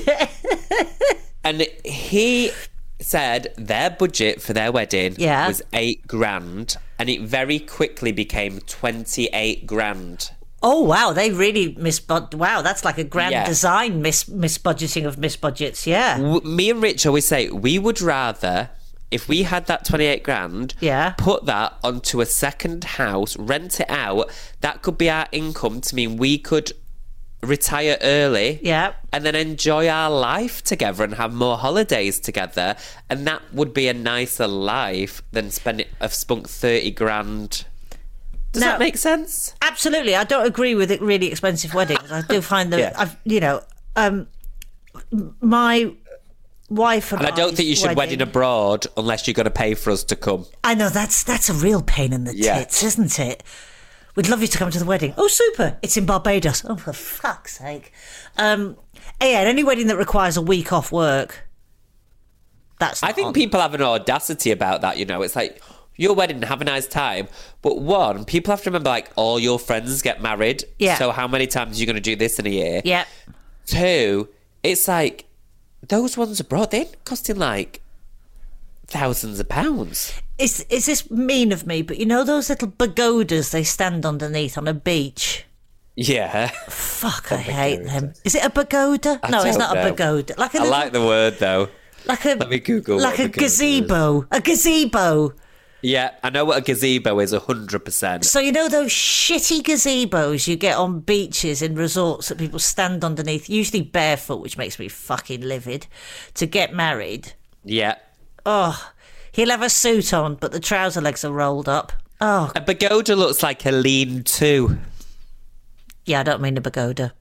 And he said their budget for their wedding
Yeah.
was eight grand, and it very quickly became twenty-eight grand.
oh wow, they really misbud. Wow, that's like a grand
Yeah.
design mis misbudgeting of misbudgets. Yeah,
W- Me and Rich always say we would rather. If we had that 28 grand,
Yeah.
put that onto a second house, rent it out, that could be our income to mean we could retire early
yeah.
and then enjoy our life together and have more holidays together. And that would be a nicer life than spending. I've spunk thirty grand. Does
Now-
that make sense?
Absolutely, I don't agree with it, really expensive weddings. I do find that
<laughs> Yeah.
I've, you know, um, m- my wife and,
And I don't
I's
think you should
wedding
wedding abroad unless you're going to pay for us to come.
I know that's that's a real pain in the
Yeah.
tits, isn't it? We'd love you to come to the wedding. Oh, super! It's in Barbados. Oh, for fuck's sake! Um, yeah, and any wedding that requires a week off work. That's.
I
not on.
think people have an audacity about that. You know, it's like your wedding, have a nice time. But one, people have to remember like all your friends get married.
Yeah.
So how many times are you going to do this in a year?
Yeah,
Two, it's like those ones abroad they're costing like thousands of pounds.
is is this mean of me? But you know those little pagodas they stand underneath on a beach.
Yeah,
Fuck, I hate them. Is it a pagoda? no, it's
don't
not a
know.
pagoda. Like a
I
little,
like the word though.
like a
Let me Google what
like
a
a
pagoda is.
gazebo, a gazebo.
Yeah, I know what a gazebo is. hundred percent.
So you know those shitty gazebos you get on beaches in resorts that people stand underneath, usually barefoot, which makes me fucking livid, to get married.
Yeah,
Oh, he'll have a suit on, but the trouser legs are rolled up. Oh,
a pagoda looks like a lean-to.
yeah, I don't mean a pagoda.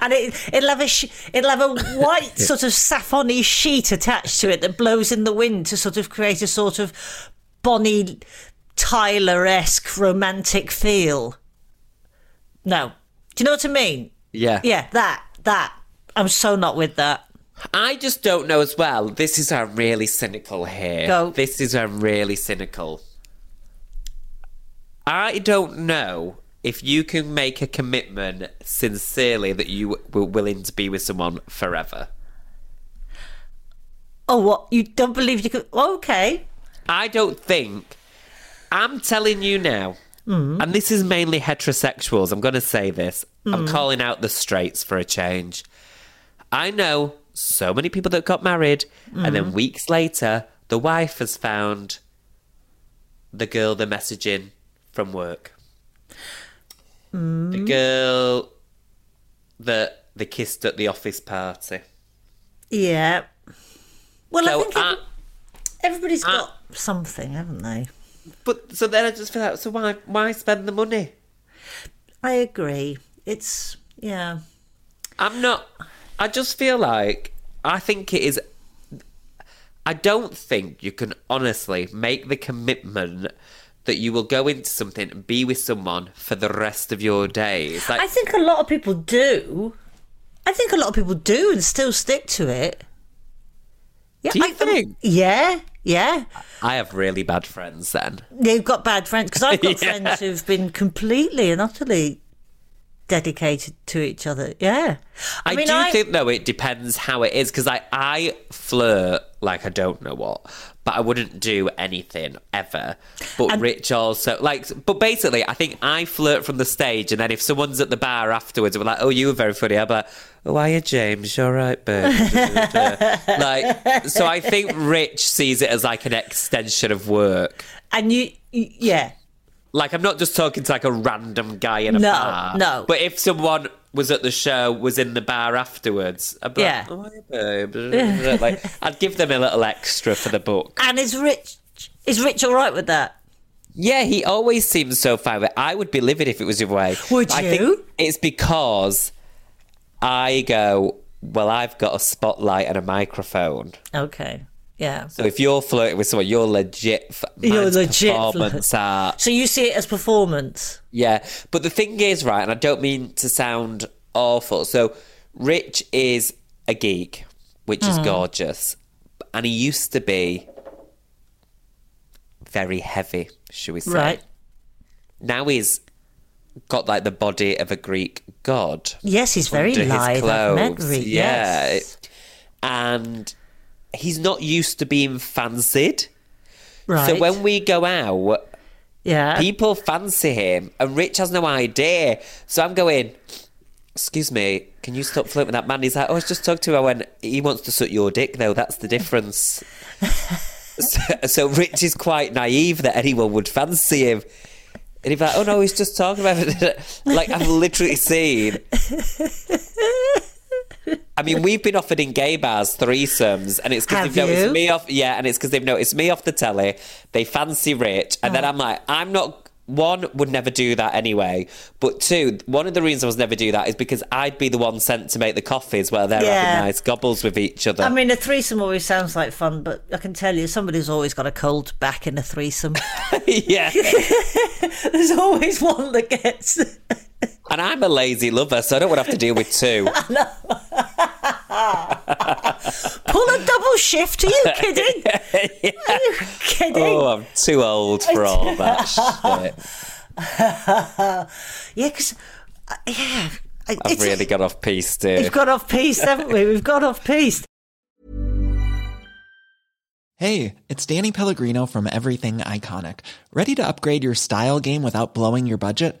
and it, it'll have a sh- it'll have a white sort of saffrony sheet attached to it that blows in the wind to sort of create a sort of Bonnie Tyler esque romantic feel. No, do you know what I mean?
Yeah.
Yeah, that that I'm so not with that.
I just don't know as well. This is I'm really cynical here.
Go.
This is I'm really cynical. I don't know if you can make a commitment sincerely that you were willing to be with someone forever.
Oh, what you don't believe you could? Okay,
I don't think. I'm telling you now,
Mm.
and this is mainly heterosexuals. I'm going to say this. I'm
Mm.
calling out the straights for a change. I know so many people that got married, and
Mm.
then weeks later, the wife has found the girl they're messaging from work.
Mm.
The girl that they kissed at the office party.
yeah. Well, I
So uh,
think
I-
every- everybody's got
Ah.
something, haven't they?
but so then I just feel like, so why why spend the money?
I agree. It's yeah.
I'm not. I just feel like I think it is. I don't think you can honestly make the commitment that you will go into something and be with someone for the rest of your days. Like,
I think a lot of people do. I think a lot of people do and still stick to it. Yeah,
Do you
I,
think?
Yeah, yeah.
I have really bad friends. Then
They've got bad friends because
<laughs>
I've got
Yeah.
friends who've been completely and utterly dedicated to each other. Yeah,
I, do think though it depends how it is because I I flirt like I don't know what, but I wouldn't do anything ever. But Rich also like, but basically I think I flirt from the stage, and then if someone's at the bar afterwards, and we're like, oh you were very funny. I'm like, oh are you James? You're right, babe. <laughs> like, so I think Rich sees it as like an extension of work.
and you, you yeah.
Like I'm not just talking to like a random guy in a
No,
bar.
no.
But if someone was at the show, was in the bar afterwards, I'd be
Yeah.
like, oh, hey, babe. <laughs> like I'd give them a little extra for the book.
And is Rich is Rich all right with that?
Yeah, he always seems so fine. But I would be livid if it was your way.
Would
I
you?
Think it's because I go, well, I've got a spotlight and a microphone.
Okay, yeah.
So if you're flirting with someone, you're legit. f-
You're
mine's
legit fl-
Performance art.
So you see it as performance.
Yeah, but the thing is, right, and I don't mean to sound awful. So, Rich is a geek, which
Hmm.
is gorgeous, and he used to be very heavy, should we say?
Right.
Now he's got like the body of a Greek god
Yes, he's very
under
live.
his
I've met
clothes.
Rich.
Yeah,
Yes.
and he's not used to being fancied.
Right.
So when we go out,
yeah.
People fancy him, and Rich has no idea. So I'm going, excuse me, can you stop flirting with that man? He's like, oh, I was just talking to him. I went, he wants to suck your dick, though. That's
<laughs>
the difference. so, so Rich is quite naive that anyone would fancy him. And he's like, oh, no, he's just talking about it. <laughs> like, I've literally seen... I mean, we've been offered in gay bars threesomes, and it's because
Have
they've noticed
you?
me me off. Yeah, and it's because they've noticed me off the telly. They fancy Rich, and
Oh.
then I'm like, I'm not. One would never do that anyway. But two, one of the reasons I was never do that is because I'd be the one sent to make the coffees while they're
Yeah.
having nice gobbles with each other.
I mean, a threesome always sounds like fun, but I can tell you, somebody's always got a cold back in a <laughs> threesome.
<laughs> yeah.
There's always one that gets.
And I'm a lazy lover, so I don't want to have to deal
<laughs>
with two.
<laughs>
<laughs>
Pull a double shift? <laughs> Are you kidding? Are you kidding?
oh, I'm too old for all
<laughs>
that shit.
Yeah, because. Yeah. I-
I've
it's-
really got off piece, dude.
We've got off piece, haven't we? We've got off piece.
Hey, it's Danny Pellegrino from Everything Iconic. Ready to upgrade your style game without blowing your budget?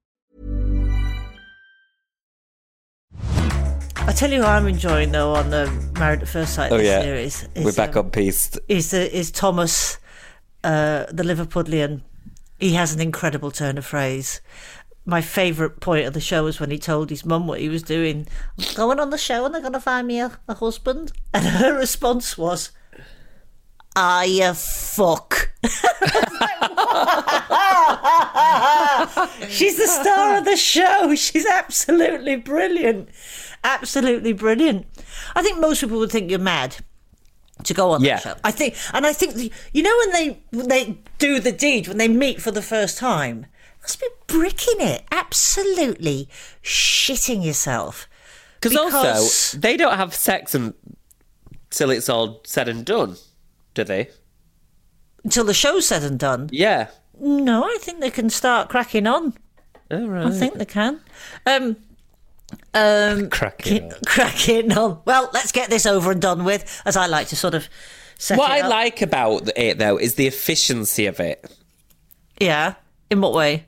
I tell you, who I'm enjoying though on the Married at First Sight
Oh,
this
yeah.
series.
We're back
um,
on peace.
Is the is Thomas, uh, the Liverpudlian? He has an incredible turn of phrase. My favourite point of the show was when he told his mum what he was doing. I'm going on the show and they're going to find me a, a husband. <laughs> And her response was, "Are you fuck?" <laughs> She's the star of the show. She's absolutely brilliant. Absolutely brilliant. I think most people would think you're mad to go on
Yeah.
that show. I think, and I think the, you know when they when they do the deed when they meet for the first time, must be bricking it, absolutely shitting yourself.
Because also, they don't have sex and till it's all said and done, do they?
until the show's said and done,
Yeah.
no, I think they can start cracking on.
All Oh, right.
I think they can. Um, um,
Cracking
on. cracking on. Well, let's get this over and done with, as I like to sort of. Set
What
it
I
up.
like about it though is the efficiency of it.
yeah. In what way?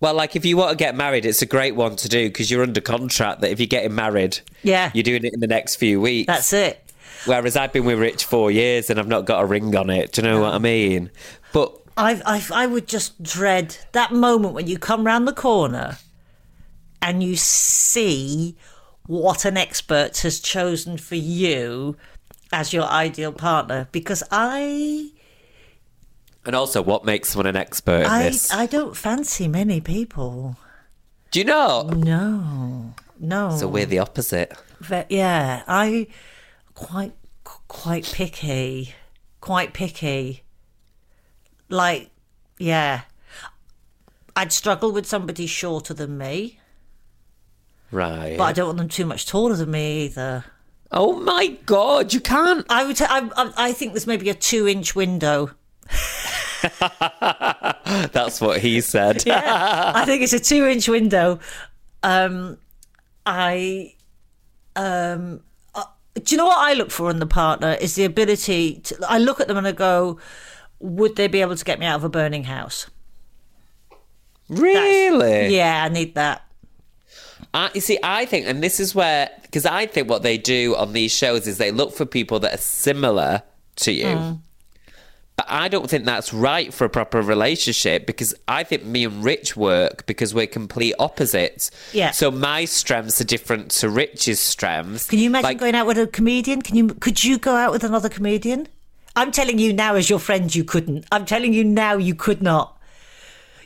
Well, like if you want to get married, it's a great one to do because you're under contract that if you're getting married,
Yeah.
you're doing it in the next few weeks.
That's it.
Whereas I've been with Rich four years and I've not got a ring on it. Do you know what I mean? But
I, I, I would just dread that moment when you come round the corner and you see what an expert has chosen for you as your ideal partner because I
and also, what makes someone an expert in
I,
this?
I don't fancy many people.
do you know?
No. No.
So we're the opposite.
Ve- yeah, I quite qu- quite picky, quite picky. Like, yeah, I'd struggle with somebody shorter than me,
Right.
but I don't want them too much taller than me either.
oh my god, you can't.
I would. T- I, I, I think there's maybe a two-inch window.
That's
<laughs>
what he said.
Yeah, I think it's a two-inch window. Um, I, um, uh, do you know what I look for in the partner is the ability. To, I look at them and I go, would they be able to get me out of a burning house?
<laughs> Really?
Yeah, I need that.
I, you see, I think, and this is where, because I think what they do on these shows is they look for people that are similar to you.
Mm.
But I don't think that's right for a proper relationship because I think me and Rich work because we're complete opposites.
Yeah.
So my strengths are different to Rich's strengths.
Can you imagine
Like,
going out with a comedian? Can you? Could you go out with another comedian? I'm telling you now, as your friend, you couldn't. I'm telling you now, you could not.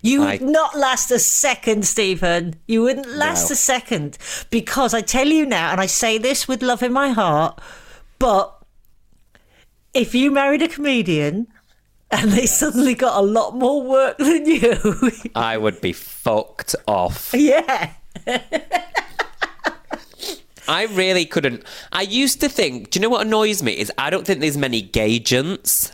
You
I-
would not last a second, Stephen. You wouldn't last
No.
a second because I tell you now, and I say this with love in my heart, but if you married a comedian and they suddenly got a lot more work than you, <laughs>
I would be fucked off.
yeah,
I really couldn't. I used to think, do you know what annoys me? Is I don't think there's many gagents.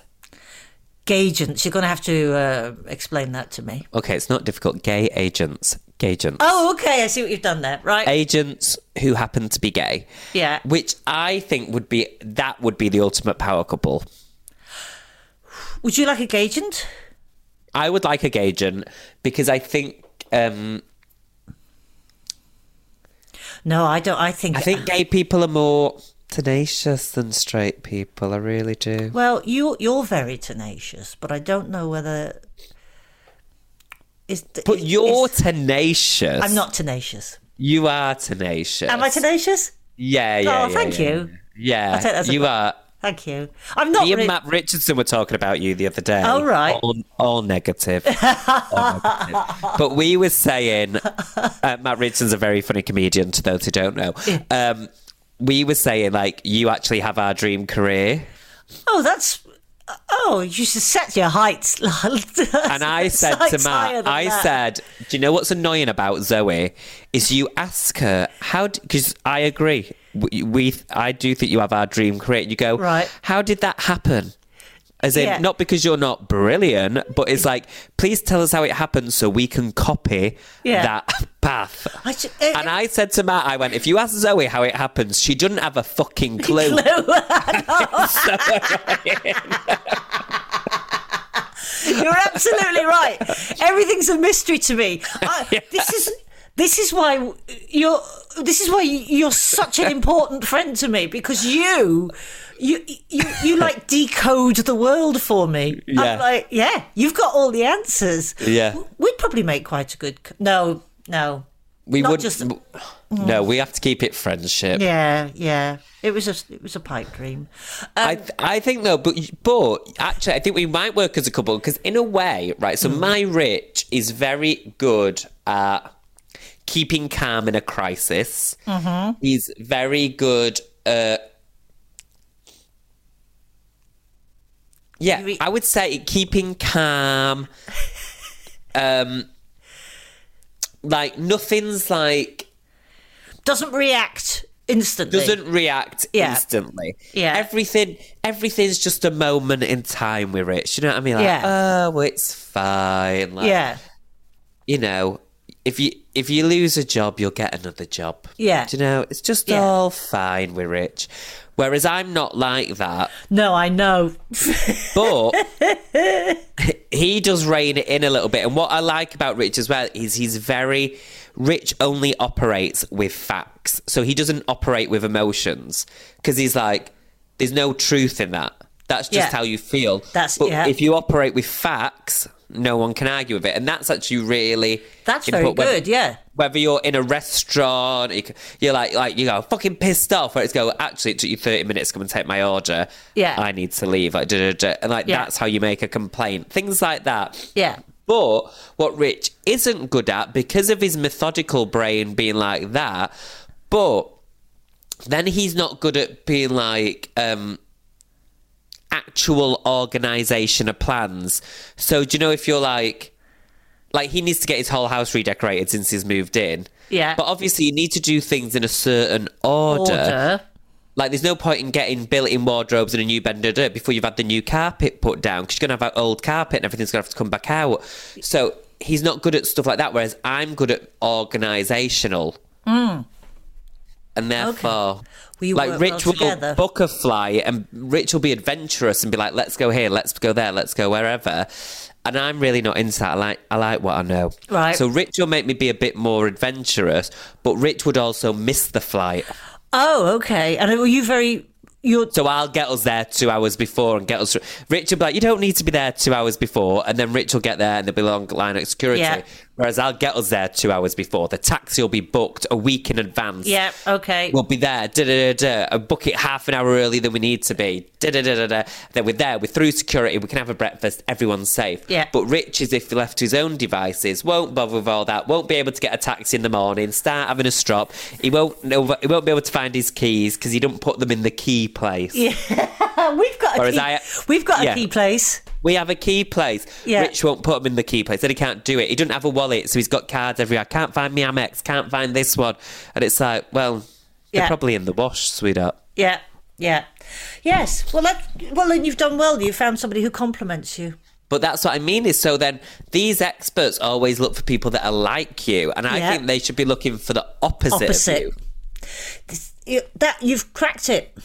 gay agents, you're going to have to uh, explain that to me.
Okay, it's not difficult. Gay agents. Gagents.
Oh, okay. I see what you've done there. Right.
agents who happen to be gay.
Yeah.
Which I think would be that would be the ultimate power couple.
Would you like a gagent?
I would like a gay agent because I think um,
No, I don't. I think.
I think gay people are more tenacious than straight people. I really do.
Well, you you're very tenacious, but I don't know whether. Is
But you're
is-
tenacious.
I'm not tenacious.
You are tenacious.
Am I tenacious?
Yeah, yeah.
Oh,
yeah,
thank
yeah,
you.
Yeah,
I'll take that as a
you
pro-
are.
Thank you. I'm not.
Me and
really-
Matt Richardson were talking about you the other day.
Oh, right.
All,
<laughs>
all negative. All negative. But we were saying, uh, Matt Richardson's a very funny comedian to those who don't know. Um, we were saying, like, you actually have our dream career.
Oh, that's. Oh, you should set your heights. <laughs>
And I said to Matt, I said, do you know what's annoying about Zoe is you ask her how because I agree we, we I do think you have our dream career. You go
Right.
How did that happen? As in,
Yeah.
not because you're not brilliant, but it's like, please tell us how it happened so we can copy
Yeah.
that <laughs> path.
I eh, ju- it-
and I said to Matt, I went, if you ask Zoe how it happens, she doesn't have a
<laughs>
fucking clue.
You're absolutely right. Everything's a mystery to me. I,
<laughs>
This is this is why you're this is why you're such an important friend to me because you you you, you like decode the world for me.
Yeah.
I'm like, yeah, you've got all the answers.
Yeah.
W- We'd probably make quite a good co- No, no.
we
Not
would
just-
no, we have to keep it friendship.
Yeah, yeah. It was a it was a pipe dream. Uh,
I, th- I think though, but but actually, I think we might work as a couple because in a way, right? So my rich is very good at keeping calm in a crisis. He's very good. uh, at yeah,
Re-
I would say keeping calm. Um, like nothing's like
Doesn't react instantly.
doesn't react
Yeah.
instantly.
Yeah.
Everything everything's just a moment in time with Rich. You know what I mean? Like,
Yeah.
oh, it's fine. Like,
Yeah.
You know, if you if you lose a job, you'll get another job.
Yeah.
Do you know? It's just
Yeah.
all fine with Rich. Whereas I'm not like that,
No, I know. <laughs>
but he does rein it in a little bit. And what I like about Rich as well is he's very Rich only operates with facts. So he doesn't operate with emotions because he's like, there's no truth in that. That's just
Yeah.
how you feel.
That's-
but
yeah.
if you operate with facts, no one can argue with it. And that's actually really
That's very
important, whether-
good, yeah.
Whether you're in a restaurant, you c- you're like like you go fucking pissed off, where it's go actually it took you thirty minutes to come and take my order.
Yeah.
I need to leave. Like, duh, duh, duh. and like
Yeah.
that's how you make a complaint. Things like that.
Yeah.
But what Rich isn't good at because of his methodical brain being like that, but then he's not good at being like um actual organization of plans. So do you know if you're like like he needs to get his whole house redecorated since he's moved in.
Yeah.
But obviously you need to do things in a certain order.
Order.
Like there's no point in getting built-in wardrobes and a new bed da, da, before you've had the new carpet put down because you're gonna have old carpet and everything's gonna have to come back out. So he's not good at stuff like that, whereas I'm good at organisational. And therefore,
Mm. We
like
work
Rich
well
will
together.
book a fly, and Rich will be adventurous and be like, "Let's go here, let's go there, let's go wherever." And I'm really not into that. I like I like what I know.
Right.
So Rich will make me be a bit more adventurous, but Rich would also miss the flight.
Oh, okay. And were you very? You're
So I'll get us there two hours before and get us. Rich will be like, you don't need to be there two hours before, and then Rich will get there and there'll be a long line at security.
Yeah.
Whereas I'll get us there two hours before. The taxi will be booked a week in advance.
yeah. Okay.
We'll be there, da da da da, and book it half an hour early than we need to be, da da da da da. Then we're there, we're through security, we can have a breakfast, everyone's safe.
Yeah.
But Rich is if left to his own devices, won't bother with all that, won't be able to get a taxi in the morning, start having a strop. He won't know, he won't be able to find his keys because he don't put them in the key place.
Uh, <laughs> we've got a
Whereas
key.
I-
we've got
yeah.
a key place.
We have a key place.
Yeah.
Rich won't put him in the key place. Then he can't do it. He doesn't have a wallet, so he's got cards everywhere. Can't find me Amex. Can't find this one. And it's like, well,
Yeah.
they're probably in the wash, sweetheart.
Yeah. Yeah. Yes. Well, that. Well, then you've done well. You found somebody who compliments you.
But that's what I mean is so then these experts always look for people that are like you. And I
Yeah.
think they should be looking for the opposite. of
Opposite.
you.
This, you that you've cracked it.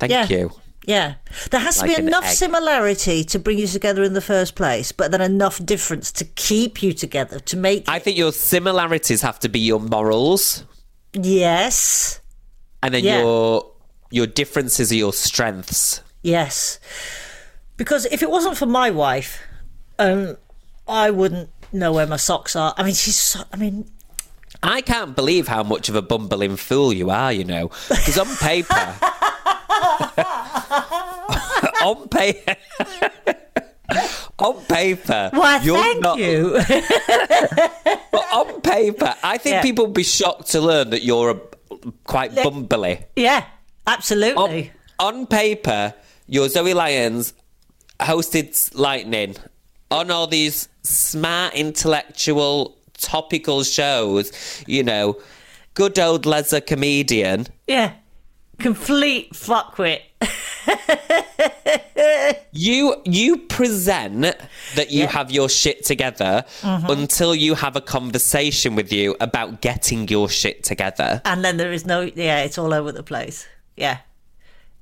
Thank
Yeah.
you.
Yeah. There has
Like
to be
an
enough
egg.
similarity to bring you together in the first place, but then enough difference to keep you together to make.
I think your similarities have to be your morals
yes.
and then
Yeah.
your your differences are your strengths.
Yes. Because if it wasn't for my wife, um, I wouldn't know where my socks are. I mean, she's so, I mean,
I can't believe how much of a bumbling fool you are, you know. Because on paper. <laughs> on paper. <laughs> on paper.
Why,
you're
thank
not-
you.
But <laughs> on paper, I think
Yeah.
people would be shocked to learn that you're a, quite bumbly.
<laughs> yeah,
On,
absolutely.
on paper, you're Zoe Lyons, hosted Lightning, on all these smart, intellectual, topical shows, you know, good old leather comedian.
yeah. Complete fuckwit.
You you present that you have your shit together until you have a conversation with you about getting your shit together.
And then there is no, yeah, it's all over the place. Yeah.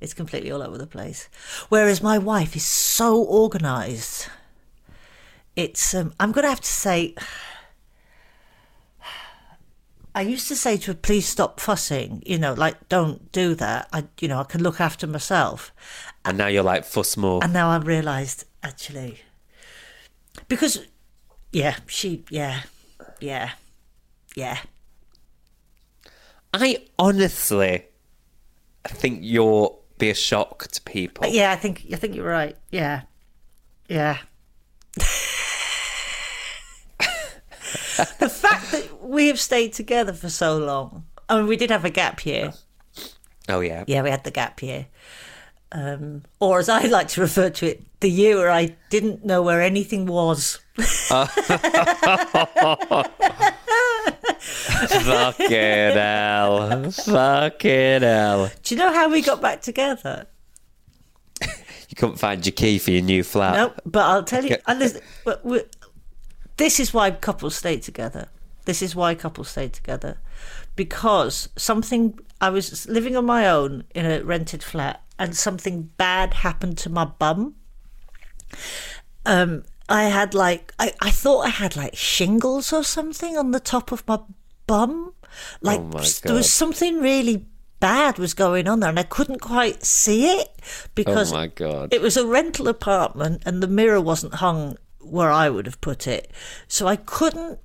It's completely all over the place. Whereas my wife is so organized. It's, um, I'm going to have to say, <sighs> I used to say to her, please stop fussing, you know, like, don't do that. I, you know, I can look after myself.
And now you're like fuss more.
And now I realised actually, because yeah, she yeah, yeah, yeah.
I honestly think you'll be a shock to people.
Yeah, I think I think you're right. Yeah, yeah. the fact that we have stayed together for so long. I mean, we did have a gap year.
Oh yeah.
Yeah, we had the gap year, um, or as I like to refer to it, the year where I didn't know where anything was. <laughs>
Fucking hell. Fucking hell.
Do you know how we got back together?
You couldn't find your key for your new flat.
No, but I'll tell you.
Okay.
And this, but we, this is why couples stay together. This is why couples stay together, because something. I was living on my own in a rented flat, and something bad happened to my bum. Um, I had like I, I thought I had like shingles or something on the top of my bum. Like
Oh my
s- there was
God.
something really bad was going on there, and I couldn't quite see it because
Oh my god.
it was a rental apartment and the mirror wasn't hung where I would have put it. So I couldn't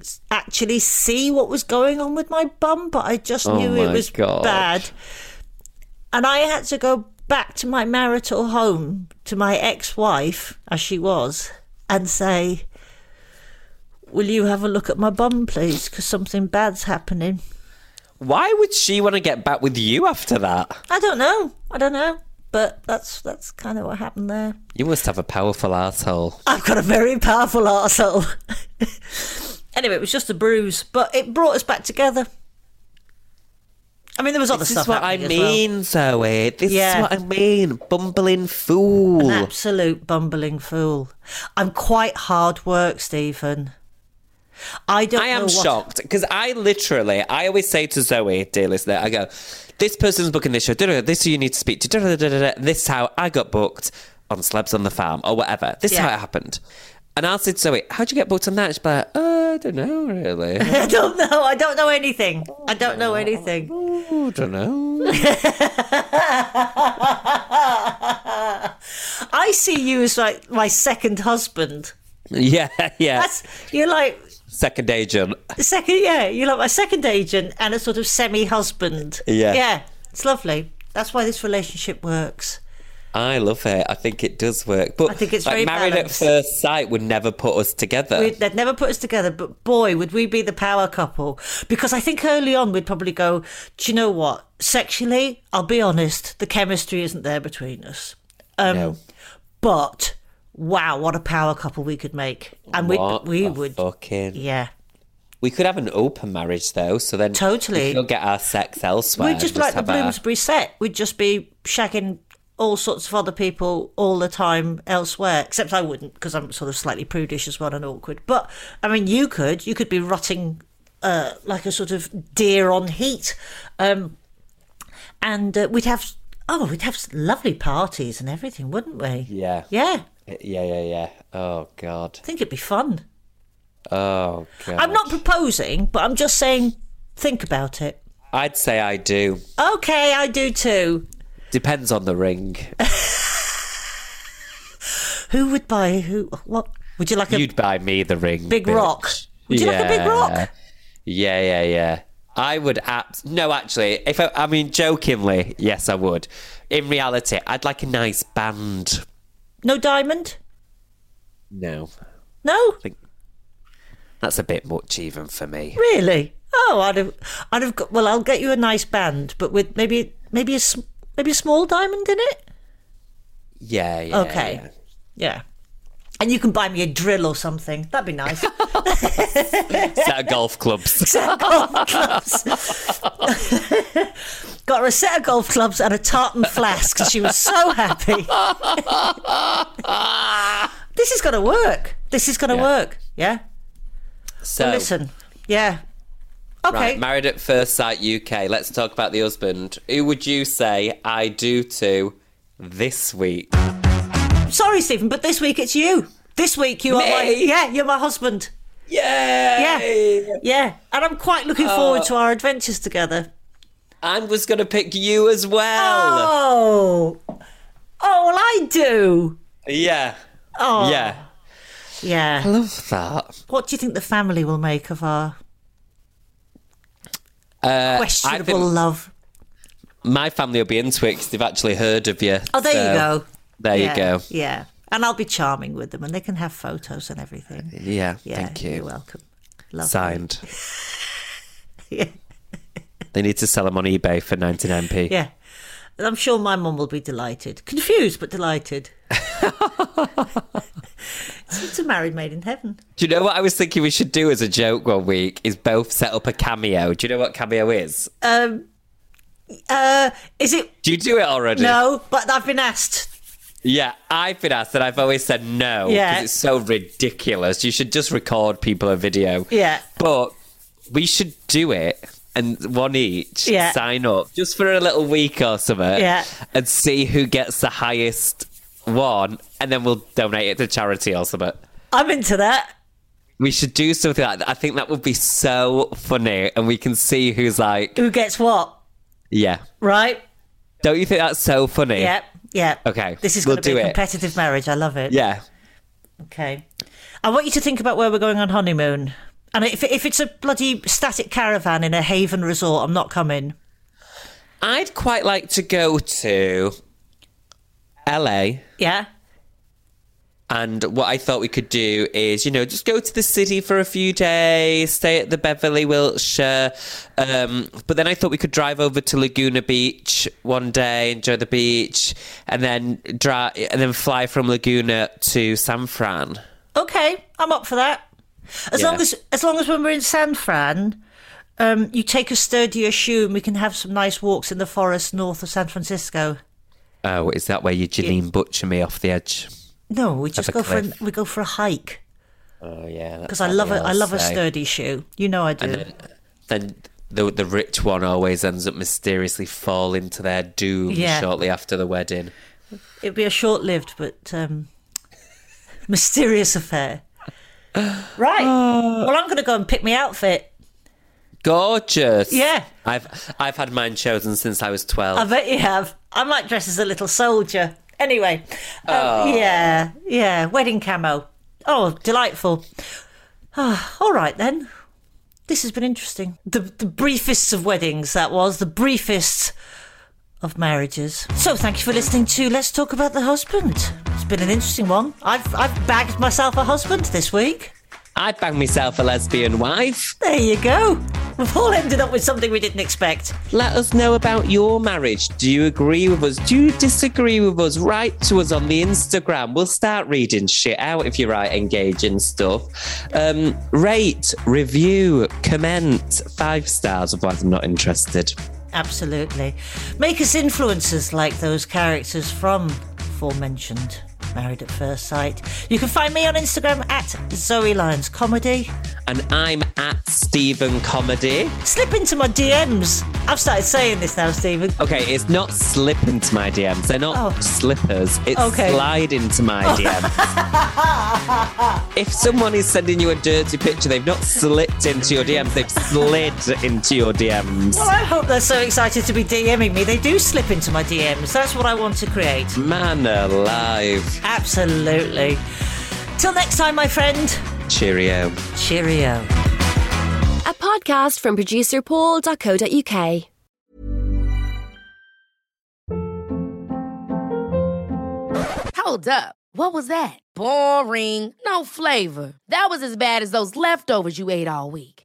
s- actually see what was going on with my bum, but I just
Oh
knew it
my
was
God.
bad. And I had to go back to my marital home to my ex wife, as she was, and say, Will you have a look at my bum, please? Because something bad's happening.
Why would she want to get back with you after that?
I don't know. I don't know. But that's that's kind of what happened there.
You must have a powerful asshole.
I've got a very powerful arsehole. anyway, it was just a bruise, but it brought us back together. I mean, there was other
This
stuff.
is what I
happening as well.
mean, Zoe. This
Yeah.
is what I mean. Bumbling fool.
An absolute bumbling fool. I'm quite hard work, Stephen. I don't.
I am
know what-
shocked because I literally, I always say to Zoe, dear listener, I go, this person's booking this show, da-da, this is who you need to speak to, da-da-da-da-da, this is how I got booked on Slabs on the Farm or whatever. This is
Yeah.
how it happened. And I'll say to Zoe, how'd you get booked on that? She's like, "Uh, I don't know really.
<laughs>
<laughs>
I don't know. I don't know anything. I don't know anything. <laughs>
Oh, I don't know.
I see you as like my second husband.
yeah, yeah.
That's you're like
Second agent.
second. Yeah, you're like my second agent and a sort of semi-husband.
Yeah.
yeah. It's lovely. That's why this relationship works.
I love it. I think it does work. But
I think it's
like,
very
Married
balanced.
at First Sight would never put us together.
We'd, they'd never put us together, but boy, would we be the power couple. Because I think early on we'd probably go, do you know what? Sexually, I'll be honest, the chemistry isn't there between us. Um,
No.
But wow, what a power couple we could make. And we
What
we
a
would.
fucking
Yeah.
We could have an open marriage though, so then
Totally.
we could get our sex elsewhere.
We'd just be like the
have our-
Bloomsbury set. We'd just be shagging all sorts of other people all the time elsewhere. Except I wouldn't because I'm sort of slightly prudish as well and awkward. But I mean, you could. You could be rotting uh, like a sort of deer on heat, um, and uh, we'd have oh, we'd have lovely parties and everything, wouldn't we?
Yeah.
Yeah,
Yeah, yeah, yeah. Oh god.
I think it'd be fun.
Oh god.
I'm not proposing, but I'm just saying, think about it.
I'd say I do.
Okay, I do too.
Depends on
<laughs>
the ring.
Who would buy who? What would you like? A
You'd buy me the ring.
Big
bitch.
rock. Would you like a big rock?
Yeah. Yeah, yeah, yeah. I would abs- no, actually, if I, I mean jokingly, yes, I would. In reality, I'd like a nice band.
No diamond?
No,
No?
that's a bit much even for me.
Really? Oh, I'd have, I'd have. Got, well, I'll get you a nice band, but with maybe, maybe a, s- maybe a small diamond in it.
Yeah, yeah.
Okay.
yeah.
Yeah. And you can buy me a drill or something. That'd be nice.
Set of golf
<laughs>
clubs.
set of
<laughs>
golf clubs. Got her a set of golf clubs and a tartan flask, and she was so
<laughs>
happy. this is going to work. This is going to
Yeah.
work. Yeah.
So
Listen. Yeah. Okay.
Oh. Right, Married at First Sight UK. Let's talk about the husband. Who would you say I do to this week?
Sorry, Stephen, but this week it's you. This week you are my
Me?
yeah, you're my husband.
Yeah.
Yeah. Yeah. And I'm quite looking
Oh.
forward to our adventures together.
I was going to pick you as well.
Oh. Oh, well, I do.
Yeah.
Oh.
Yeah.
Yeah.
Love that.
What do you think the family will make of our
Uh,
questionable
I think
love?
my family will be into it because they've actually heard of you.
Oh, there you
so
go.
There
yeah,
you go.
Yeah. And I'll be charming with them and they can have photos and everything.
Yeah.
Yeah.
thank you.
You're welcome. Lovely.
Signed.
<laughs> Yeah.
They need to sell them on eBay for 99p.
Yeah. And I'm sure my mum will be delighted. Confused, but delighted.
<laughs>
it's a married maid in heaven.
Do you know what I was thinking we should do as a joke one week is both set up a cameo. Do you know what cameo is?
Uh, is it?
Do you do it already?
No, but I've been asked.
Yeah, I've been asked and I've always said no because
Yeah.
it's so ridiculous. You should just record people a video.
Yeah.
But we should do it and one each
Yeah.
sign up just for a little week or something
Yeah.
and see who gets the highest one and then we'll donate it to charity or something.
I'm into that.
We should do something like that. I think that would be so funny and we can see who's like,
Who gets what?
yeah.
Right?
Don't you think that's so funny?
Yeah. Yeah.
Okay,
This is
we'll
going to
do
be a
it.
competitive marriage. I love it.
Yeah.
Okay. I want you to think about where we're going on honeymoon. And if, if it's a bloody static caravan in a haven resort, I'm not coming.
I'd quite like to go to LA.
Yeah?
And what I thought we could do is, you know, just go to the city for a few days, stay at the Beverly Wilshire. Um, but then I thought we could drive over to Laguna Beach one day, enjoy the beach, and then drive, and then fly from Laguna to San Fran.
Okay, I'm up for that. As
Yeah.
long as as long as when we're in San Fran, um, you take a sturdier shoe and we can have some nice walks in the forest north of San Francisco.
Oh, is that where you Janine butcher me off the edge?
No, we just
a
go for an,
cliff.
we go for a hike
Oh yeah,
because I love it. I love a
stir.
sturdy shoe. You know I do.
Then the the rich one always ends up mysteriously falling to their doom
Yeah.
shortly after the wedding.
It'd be a short-lived but um, <laughs> mysterious affair. Right. well, I'm going to go and pick my outfit.
Gorgeous.
Yeah.
I've I've had mine chosen since I was twelve.
I bet you have. I might dress as a little soldier. Anyway, um, yeah, yeah, wedding camo. Oh, delightful. Ah, all right then. This has been interesting. The the briefest of weddings that was the briefest of marriages. So thank you for listening to Let's Talk About the Husband. It's been an interesting one. I've I've bagged myself a husband this week.
I bang myself a lesbian wife.
There you go. We've all ended up with something we didn't expect.
Let us know about your marriage. Do you agree with us? Do you disagree with us? Write to us on the Instagram. We'll start reading shit out if you write engaging stuff. Um, rate, review, comment five stars. Otherwise, I'm not interested.
Absolutely. Make us influencers like those characters from aforementioned Married at First Sight. You can find me on Instagram at Zoe Lyons Comedy.
And I'm at Stephen Comedy.
Slip into my DMs. I've started saying this now, Stephen.
Okay, it's not slip into my DMs. They're not
Oh.
slippers. It's
Okay.
slide
<laughs>
into my DMs. if someone is sending you a dirty picture, they've not slipped into your DMs. They've slid into your DMs.
Well, I hope they're so excited to be DMing me. They do slip into my DMs. That's what I want to create.
Man alive.
Absolutely. Till next time, my friend.
Cheerio.
Cheerio.
At Pod
podcast from producer paul.co.uk.
Hold up. What was that? Boring. No flavor. That was as bad as those leftovers you ate all week.